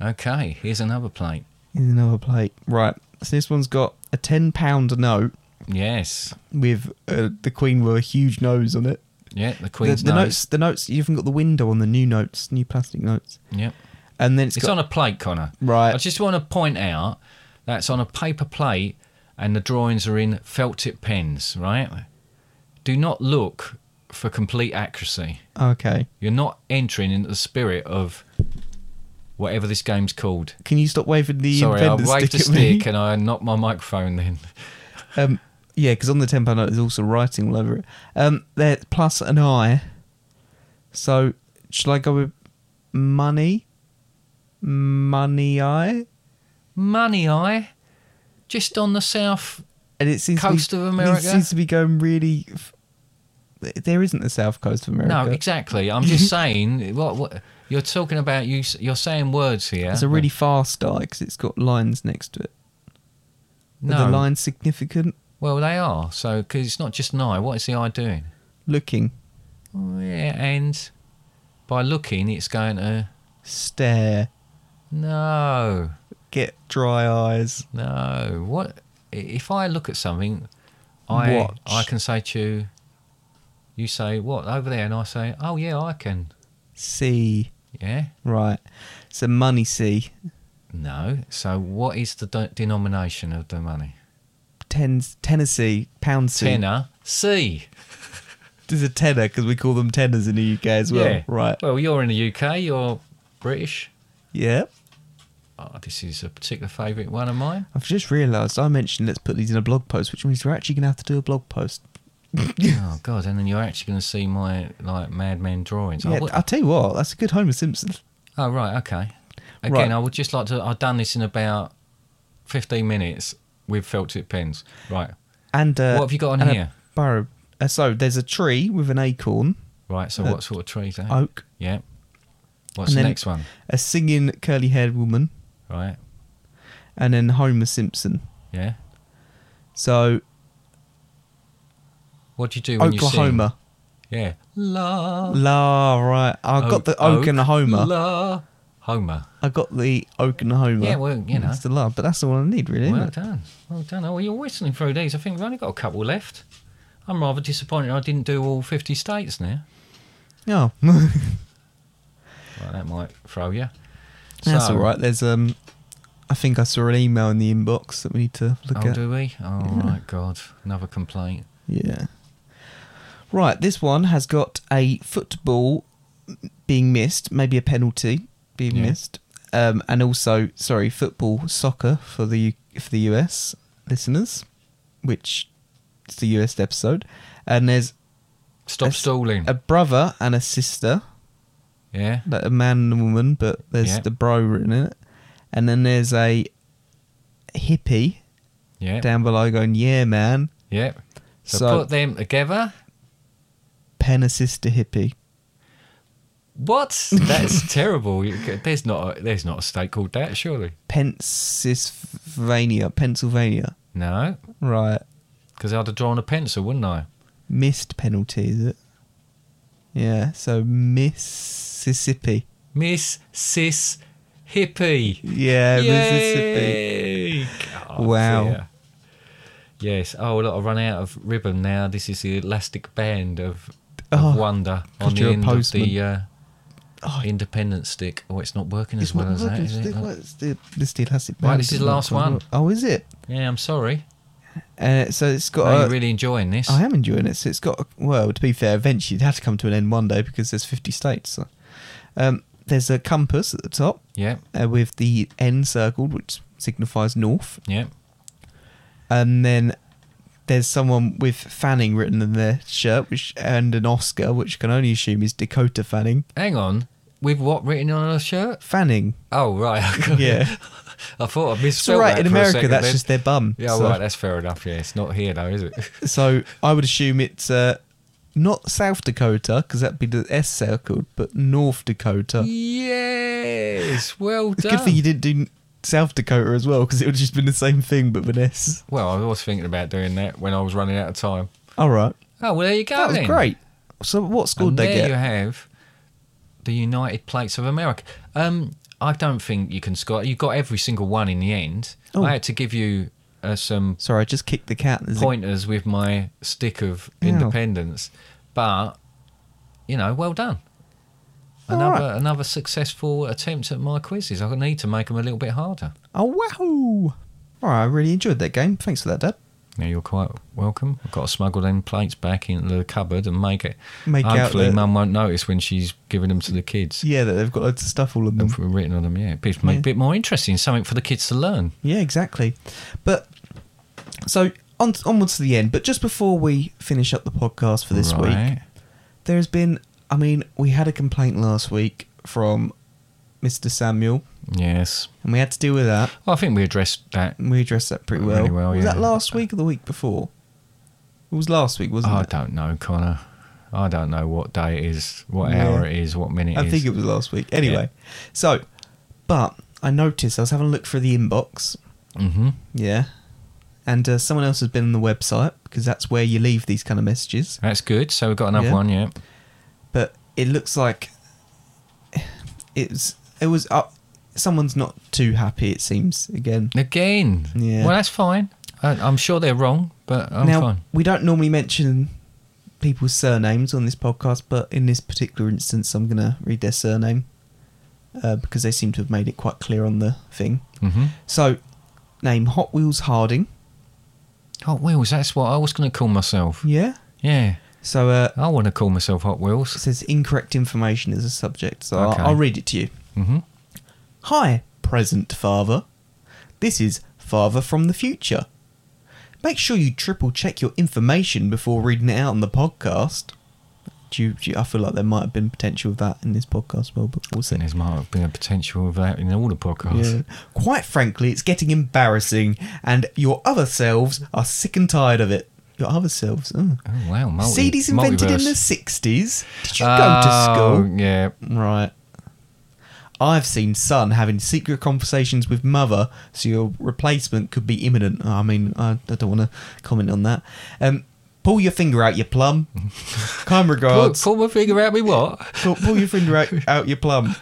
Okay, here's another plate. Here's another plate. Right. So this one's got a ten pound note Yes. with uh, the Queen with a huge nose on it. Yeah, the The, Queen's the nose. notes, the notes. You haven't got the window on the new notes, new plastic notes. Yep. And then it's, It's, got on a plate, Connor. Right. I just want to point out that's on a paper plate and the drawings are in felt tip pens, right? Do not look for complete accuracy. okay. You're not entering into the spirit of whatever this game's called. Can you stop waving the Sorry, I inventor waved stick a at me? stick and I knocked my microphone then. [LAUGHS] Um, yeah, because on the ten pound note there's also writing all over it. Um, there plus an I. So shall I go with money? Money I, Money Eye, just on the south. and it seems Coast to be, of it America? seems to be going really. F- there isn't the south coast of America. No, exactly. [LAUGHS] I'm just saying, what, what you're talking about, you, s- you're saying words here. It's a really fast die because it's got lines next to it. Are No. the lines significant? Well, they are. So, because it's not just an eye. What is the eye doing? Looking, Oh, yeah, and by looking, it's going to. stare, No, get dry eyes. no. What if I look at something? I Watch. I can say to you. You say what over there, and I say, oh yeah, I can. See, Yeah. right. So money see No. So, what is the de- denomination of the money? ten, Tennessee pound C. Tenner. C. There's a tenner because we call them tenners in the UK as well. yeah. Right. Well, you're in the UK. You're British. Yeah. Oh, this is a particular favourite one of mine. I've just realised I mentioned let's put these in a blog post, which means we're actually going to have to do a blog post. Oh god! And then you're actually going to see my like madman drawings. I Yeah, would- I'll tell you what, that's a good Homer Simpson. oh right, okay. Again, Right. I would just like to. I've done this in about fifteen minutes with felt tip pens. Right, And uh, What have you got on and a here? Burrow. Uh, so there's a tree with an acorn, right. So Uh, what sort of trees? Eh? oak, yeah. What's and the then- next one? a singing curly haired woman, Right. and then Homer Simpson. Yeah. So What do you do when Oklahoma. you sing? Yeah. La. La right. I oak- got the oak, and the Homer. La. Homer. I got the oak and the Homer. Yeah, well, you know. It's the la, but that's all I need really. Well isn't it? done. Well done. Oh, you're whistling through these. I think we've only got a couple left. I'm rather disappointed I didn't do all 50 states now. Oh. [LAUGHS] Right, that might throw you. That's So- all right. There's um, I think I saw an email in the inbox that we need to look oh, at. do we? Oh, right, God. Another complaint. Yeah. Right. This one has got a football being missed, maybe a penalty being Yeah. missed, um, and also sorry, football soccer for the for the US listeners, which it's the US episode, and there's Stop That's- stalling. a brother and a sister, yeah. like a man and a woman, but there's Yeah. the bro written in it, and then there's a hippie Yeah. down below going, yeah, man, Yeah. So, So- put them together. pen a sister hippie. What? [LAUGHS] That's terrible. You c- There's not a, there's not a state called that, surely. Pennsylvania, Pennsylvania. No, Right. because I'd have drawn a pencil, wouldn't I? Missed penalty, is it? Yeah, so Mississippi. Miss Sis Hippie. Yeah, Mississippi. Yay! God, Wow. yeah. Yes. Oh, look, I've run out of ribbon now. This is the elastic band of, of Oh, wonder God, on the you're a end of the uh, Oh, independent stick. Oh, it's not working as it's well not as that, working. is it? It's Look. the- it's the- This is the elastic Right, band this is doesn't the last work one. Oh, is it? Yeah, I'm sorry. Uh, so it's got. Are a- you really enjoying this? I am enjoying it. So it's got well. To be fair, eventually it'd have to come to an end one day because there's 50 states. So. Um, there's a compass at the top Yeah, uh, with the N circled, which signifies north, yeah. and then there's someone with Fanning written in their shirt, which and an Oscar, which I can only assume is Dakota Fanning. Hang on. With what written on a shirt? [LAUGHS] Fanning, Oh, right. I got- yeah. I thought I It's all misspelled right in that for a America. second That's then. just their bum. Yeah, so, right. That's fair enough. Yeah, it's not here though, [LAUGHS] is it? [LAUGHS] so I would assume it's uh, not South Dakota because that'd be the S circled, but North Dakota. yes. Well It's done. good thing you didn't do South Dakota as well because it would have just been the same thing but with S. Well, I was thinking about doing that when I was running out of time. All right, Oh, well, there you go. that was then. great. So what score And did they there get? you have the United Plates of America. Um, I don't think you can score. You got every single one in the end. Oh. I had to give you uh, some Sorry, I just kicked the cat. There's a- pointers with my stick of Ow. independence, but you know, well done. Another Alright. another successful attempt at my quizzes. I need to make them a little bit harder. oh wow! All right, I really enjoyed that game. Thanks for that, Dad. Now you're quite welcome. I've got to smuggle them plates back into the cupboard and make it. Make out Hopefully, that- Mum won't notice when she's giving them to the kids. Yeah, that they've got loads of stuff all on them. Something Written on them, yeah. Bit, make Yeah. a bit more interesting, something for the kids to learn. Yeah, exactly. But so on onwards to the end. But just before we finish up the podcast for this week, Right. there has been. I mean, we had a complaint last week from Mr. Samuel, Yes. and we had to deal with that. Well, I think we addressed that. And we addressed that pretty well. Really well, was that yeah. last week or the week before? It was last week, wasn't I it? don't know, Connor. I don't know what day it is, what Yeah. hour it is, what minute I it is. think it was last week. Anyway, so but I noticed I was having a look through the inbox. Mm-hmm. Yeah. And uh, someone else has been on the website because that's where you leave these kind of messages. That's good. So we've got another Yeah. one, yeah. but it looks like it's it was up. Someone's not too happy. It seems again. Again. Yeah. Well, that's fine. I, I'm sure they're wrong, but I'm now Oh, fine. we don't normally mention people's surnames on this podcast, but in this particular instance, I'm gonna read their surname uh, because they seem to have made it quite clear on the thing. Mm-hmm. So, name Hot Wheels Harding. Hot Wheels, Oh, that's what I was going to call myself. Yeah. Yeah. So uh, I want to call myself Hot it Wheels. says incorrect information as a subject. So Okay. I'll, I'll read it to you. Mm-hmm. Hi, present father. This is Father from the Future. Make sure you triple check your information before reading it out on the podcast. Do you, do you- I feel like there might have been potential of that in this podcast, well, but we'll see. And there's might have been a potential of that in all the podcasts. Yeah. Quite frankly, it's getting embarrassing, and your other selves are sick and tired of it. Your other selves. Oh. Oh, wow. Multi- CDs invented in multiverse. the 60s. Did you Oh, go to school? Yeah. Right. I've seen son having secret conversations with mother, so your replacement could be imminent. Oh, I mean, I, I don't want to comment on that. Um, pull your finger out your [LAUGHS] plum. kind Pull, regards. pull my finger out me what? [LAUGHS] Pull, pull your finger out, out your plum.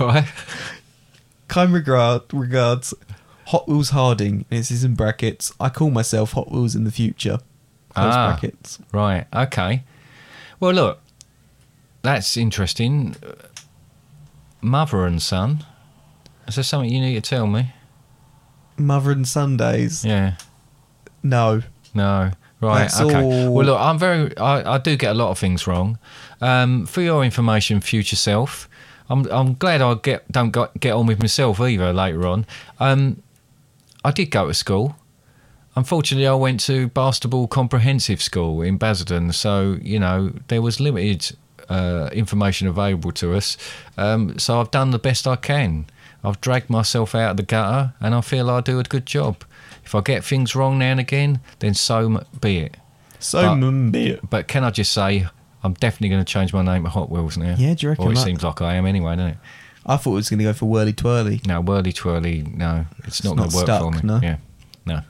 Right. kind regard, regards. Hot Wheels Harding. And This is in brackets. I call myself Hot Wheels in the future. Close Ah. brackets. Right. Okay. Well, look, that's interesting. Mother and son. Is there something you need to tell me? Mother and Sundays. Yeah. No. No. Right. That's okay. all- Well, look, I'm very. I, I do get a lot of things wrong. Um, for your information, future self, I'm. I'm glad I get don't got, get on with myself either later on. Um, I did go to school. Unfortunately, I went to Barstable Comprehensive School in Basildon, so you know there was limited uh, information available to us. Um, so I've done the best I can. I've dragged myself out of the gutter, and I feel I do a good job. If I get things wrong now and again, then so m- be it. So But- mm, be it. But can I just say, I'm definitely going to change my name to Hot Wheels now. Yeah, do you reckon Or it that- seems like I am anyway, doesn't it? I thought it was going to go for Whirly Twirly. No, whirly twirly, no, it's, not, not going to work for stuck, me. no. Yeah, no.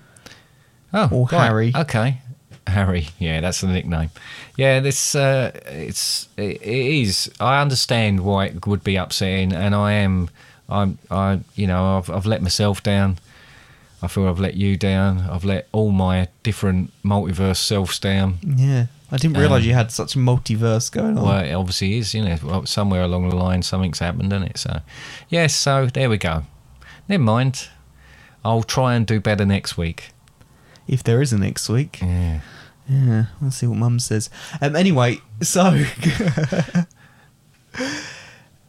Oh, Or right, Harry. Okay, Harry. Yeah, that's the nickname. Yeah, this uh, it's it, it is. I understand why it would be upsetting, and I am. I'm. I you know I've I've let myself down. I feel I've let you down. I've let all my different multiverse selves down. Yeah. I Um, didn't realise you had such a multiverse going on. Well, it obviously is, you know, well, somewhere along the line something's happened, isn't it? So, yes, so there we go. Never mind. I'll try and do better next week. If there is a next week. Yeah. Yeah, we'll see what Mum says. Um, anyway, so. [LAUGHS]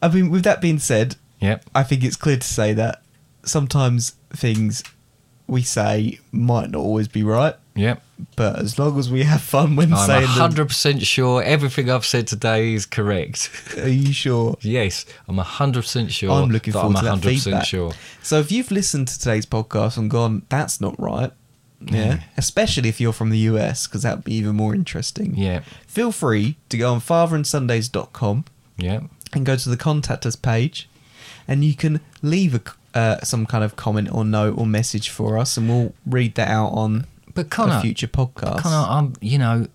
I mean, with that being said, Yep. I think it's clear to say that sometimes things we say might not always be right, Yep. but as long as we have fun when I'm saying them, 100% sure everything I've said today is correct. [LAUGHS] are you sure? yes, I'm 100% sure. I'm looking that forward I'm to that 100% feedback. sure. So if you've listened to today's podcast and gone, that's not right, Mm. yeah, especially if you're from the US, because that would be even more interesting. Yeah. Feel free to go on fatherandsundays.com Yep. and go to the contact us page, and you can leave a c- a, uh, some kind of comment or note or message for us, and we'll read that out on But Connor, a future podcast. Connor, I'm, you know,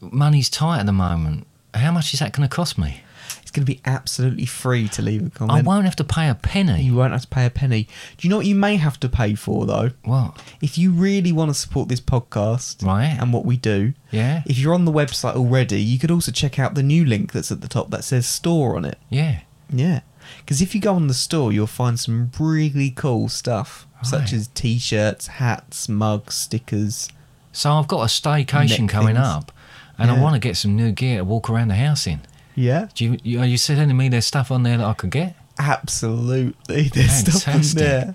money's tight at the moment. How much is that going to cost me? it's going to be absolutely free to leave a I comment. won't have to pay a penny. You won't have to pay a penny. Do you know what you may have to pay for though? What? If you really want to support this podcast Right. and what we do, Yeah. If you're on the website already, you could also check out the new link that's at the top that says store on it. Yeah. Yeah. Because if you go on the store, you'll find some really cool stuff, such Right. as t shirts, hats, mugs, stickers. So I've got a staycation Neck coming things. up, and I Yeah. want to get some new gear to walk around the house in. Yeah. Do you, you, are you sending me there's stuff on there that I could get? Absolutely. [LAUGHS] There's stuff Fantastic. in there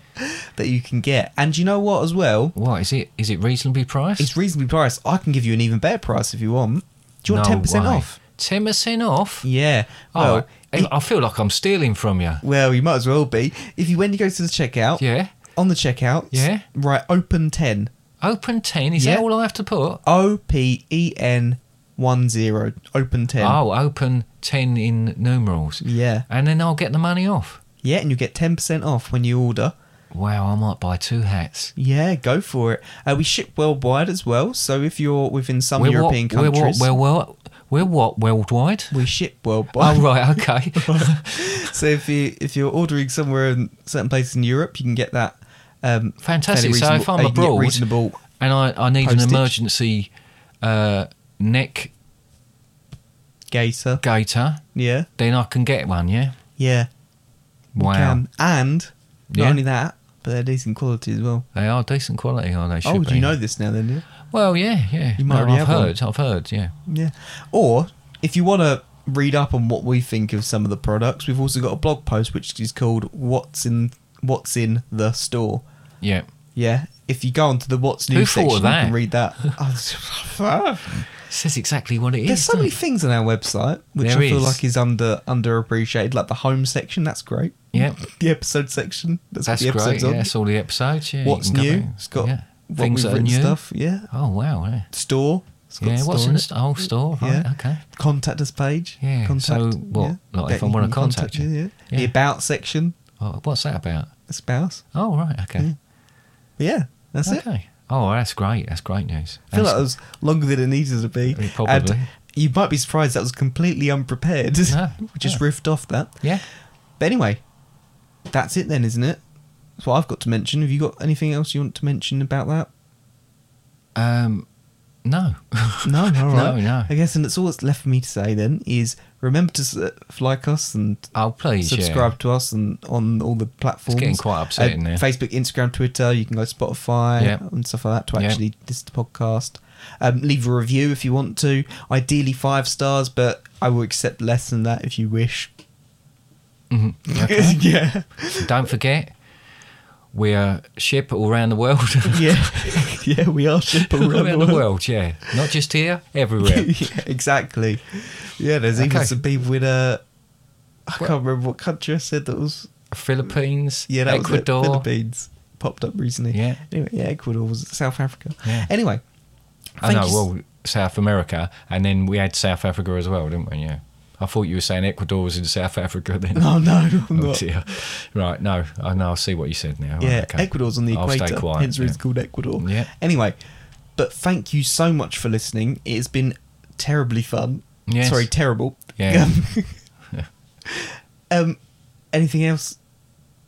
that you can get. And you know what, as well? What is it? Is it reasonably priced? It's reasonably priced. I can give you an even better price if you want. Do you want 10% off? Ten percent off. Yeah. Well, oh, if- I feel like I'm stealing from you. well, you might as well be. If you when you go to the checkout, Yeah. on the checkout, Yeah. write open 10. Open ten. Is Yeah. that all I have to put? O P E N 1 0. Open 10. Oh, open ten in numerals. Yeah. And then I'll get the money off. Yeah, and you get 10% off when you order. Wow, I might buy two hats. Yeah, go for it. Uh, we ship worldwide as well, so if you're within some European what, we're what? countries, We're what? We're what? Worldwide? we ship worldwide. Oh right, okay. [LAUGHS] [LAUGHS] so if you if you're ordering somewhere in certain place in Europe, you can get that. Um, Fantastic. fairly So reasonable- if I'm uh, you can get abroad reasonable. and I, I need Postage. an emergency uh, neck Gator. gaiter, Yeah, then I can get one. Yeah. yeah. you Wow. Can. And not Yeah. only that, but they're decent quality as well. They are decent quality, are they? Should oh, be. do you know this now then? Yeah. Well, yeah, yeah. You might No, already I've have one. heard. I've heard. Yeah. Yeah. Or if you want to read up on what we think of some of the products, we've also got a blog post which is called "What's in What's in the Store." Yeah. Yeah. If you go onto the "What's New" Who thought section, of you can that? read [LAUGHS] that. [LAUGHS] Oh, Says exactly what it is. There's so doesn't many it? things on our website which There I feel is. like is under underappreciated, like the home section. That's great. Yeah. The episode section. That's, That's what the great. episode's Yeah, on. that's all the episodes. Yeah. you What's can go new? back. It's got yeah. what things we've that are written new. stuff. Yeah. Oh wow. Yeah. Store. It's got yeah. store What's in it. the st- whole store? Right. Okay. Contact us page. Yeah, Contact, so what, like, That if I you wanna can contact you? yeah. Yeah. The about section. Well, what's that about? Spouse. Oh right. Okay. Yeah. That's it. okay. Oh, that's great. That's great news. I feel like That's- that was longer than it needed to be. Yeah, probably. And you might be surprised that was completely unprepared. [LAUGHS] No, we just yeah. riffed off that. yeah. But anyway, that's it then, isn't it? That's what I've got to mention. Have you got anything else you want to mention about that? Um, no. [LAUGHS] No, all right. No, no. I guess, and that's all that's left for me to say then is remember to s- like us and Oh please. subscribe to us and on all the platforms. Uh, getting quite upsetting now. Facebook, Instagram, Twitter. You can go to Spotify Yeah. and stuff like that to Yeah. actually listen to podcast. Um, leave a review if you want to. Ideally five stars, but I will accept less than that if you wish. [LAUGHS] Yeah. Okay. yeah, [LAUGHS] Don't forget, we're ship all around the [LAUGHS] world. [LAUGHS] yeah, yeah. We are shipped all around the world. yeah. Not just here, [LAUGHS] everywhere. yeah, exactly. Yeah, there's even Okay. some people in uh I can't remember what country I said that was. Philippines, Yeah, that Ecuador. was it. Philippines popped up recently. Yeah. Anyway, yeah, Ecuador was South Africa. Yeah. Anyway, I thank you know, s- [LAUGHS] well, South America, and then we had South Africa as well, didn't we? Yeah. I thought you were saying Ecuador was in South Africa [LAUGHS] then. No, no, I'm Oh, not. dear. Right, no, I know, I see what you said now. Right, Yeah, okay. Ecuador's on the I'll equator. stay quiet. hence, why yeah. it's called Ecuador. Yeah. Anyway, but thank you so much for listening. It's been terribly fun. Yes. Sorry, terrible. Yeah. Um, [LAUGHS] um, anything else?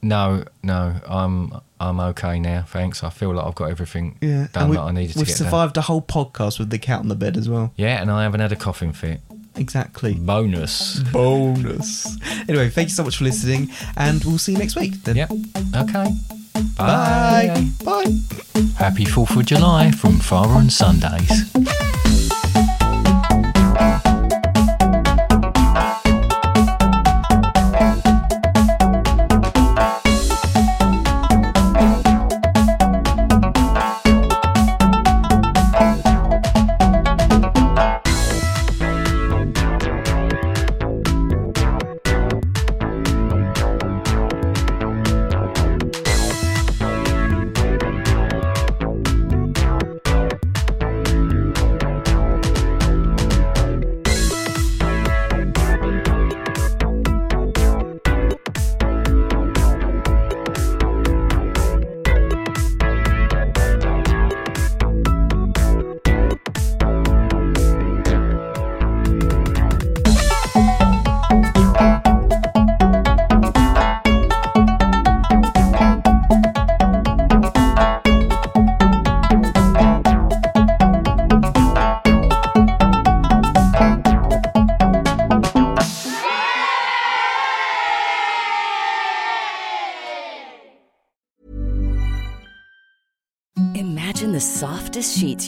No, no, I'm I'm okay now. Thanks. I feel like I've got everything Yeah. done and we, that I needed to We've get done. survived a whole podcast with the cat on the bed as well. Yeah, and I haven't had a coughing fit. Exactly. [LAUGHS] Mm. Bonus. Bonus. Anyway, thank you so much for listening, and we'll see you next week. Then. Yep. Okay. Bye. Bye. Happy 4th of July from Father and Sundays. Imagine the softest sheets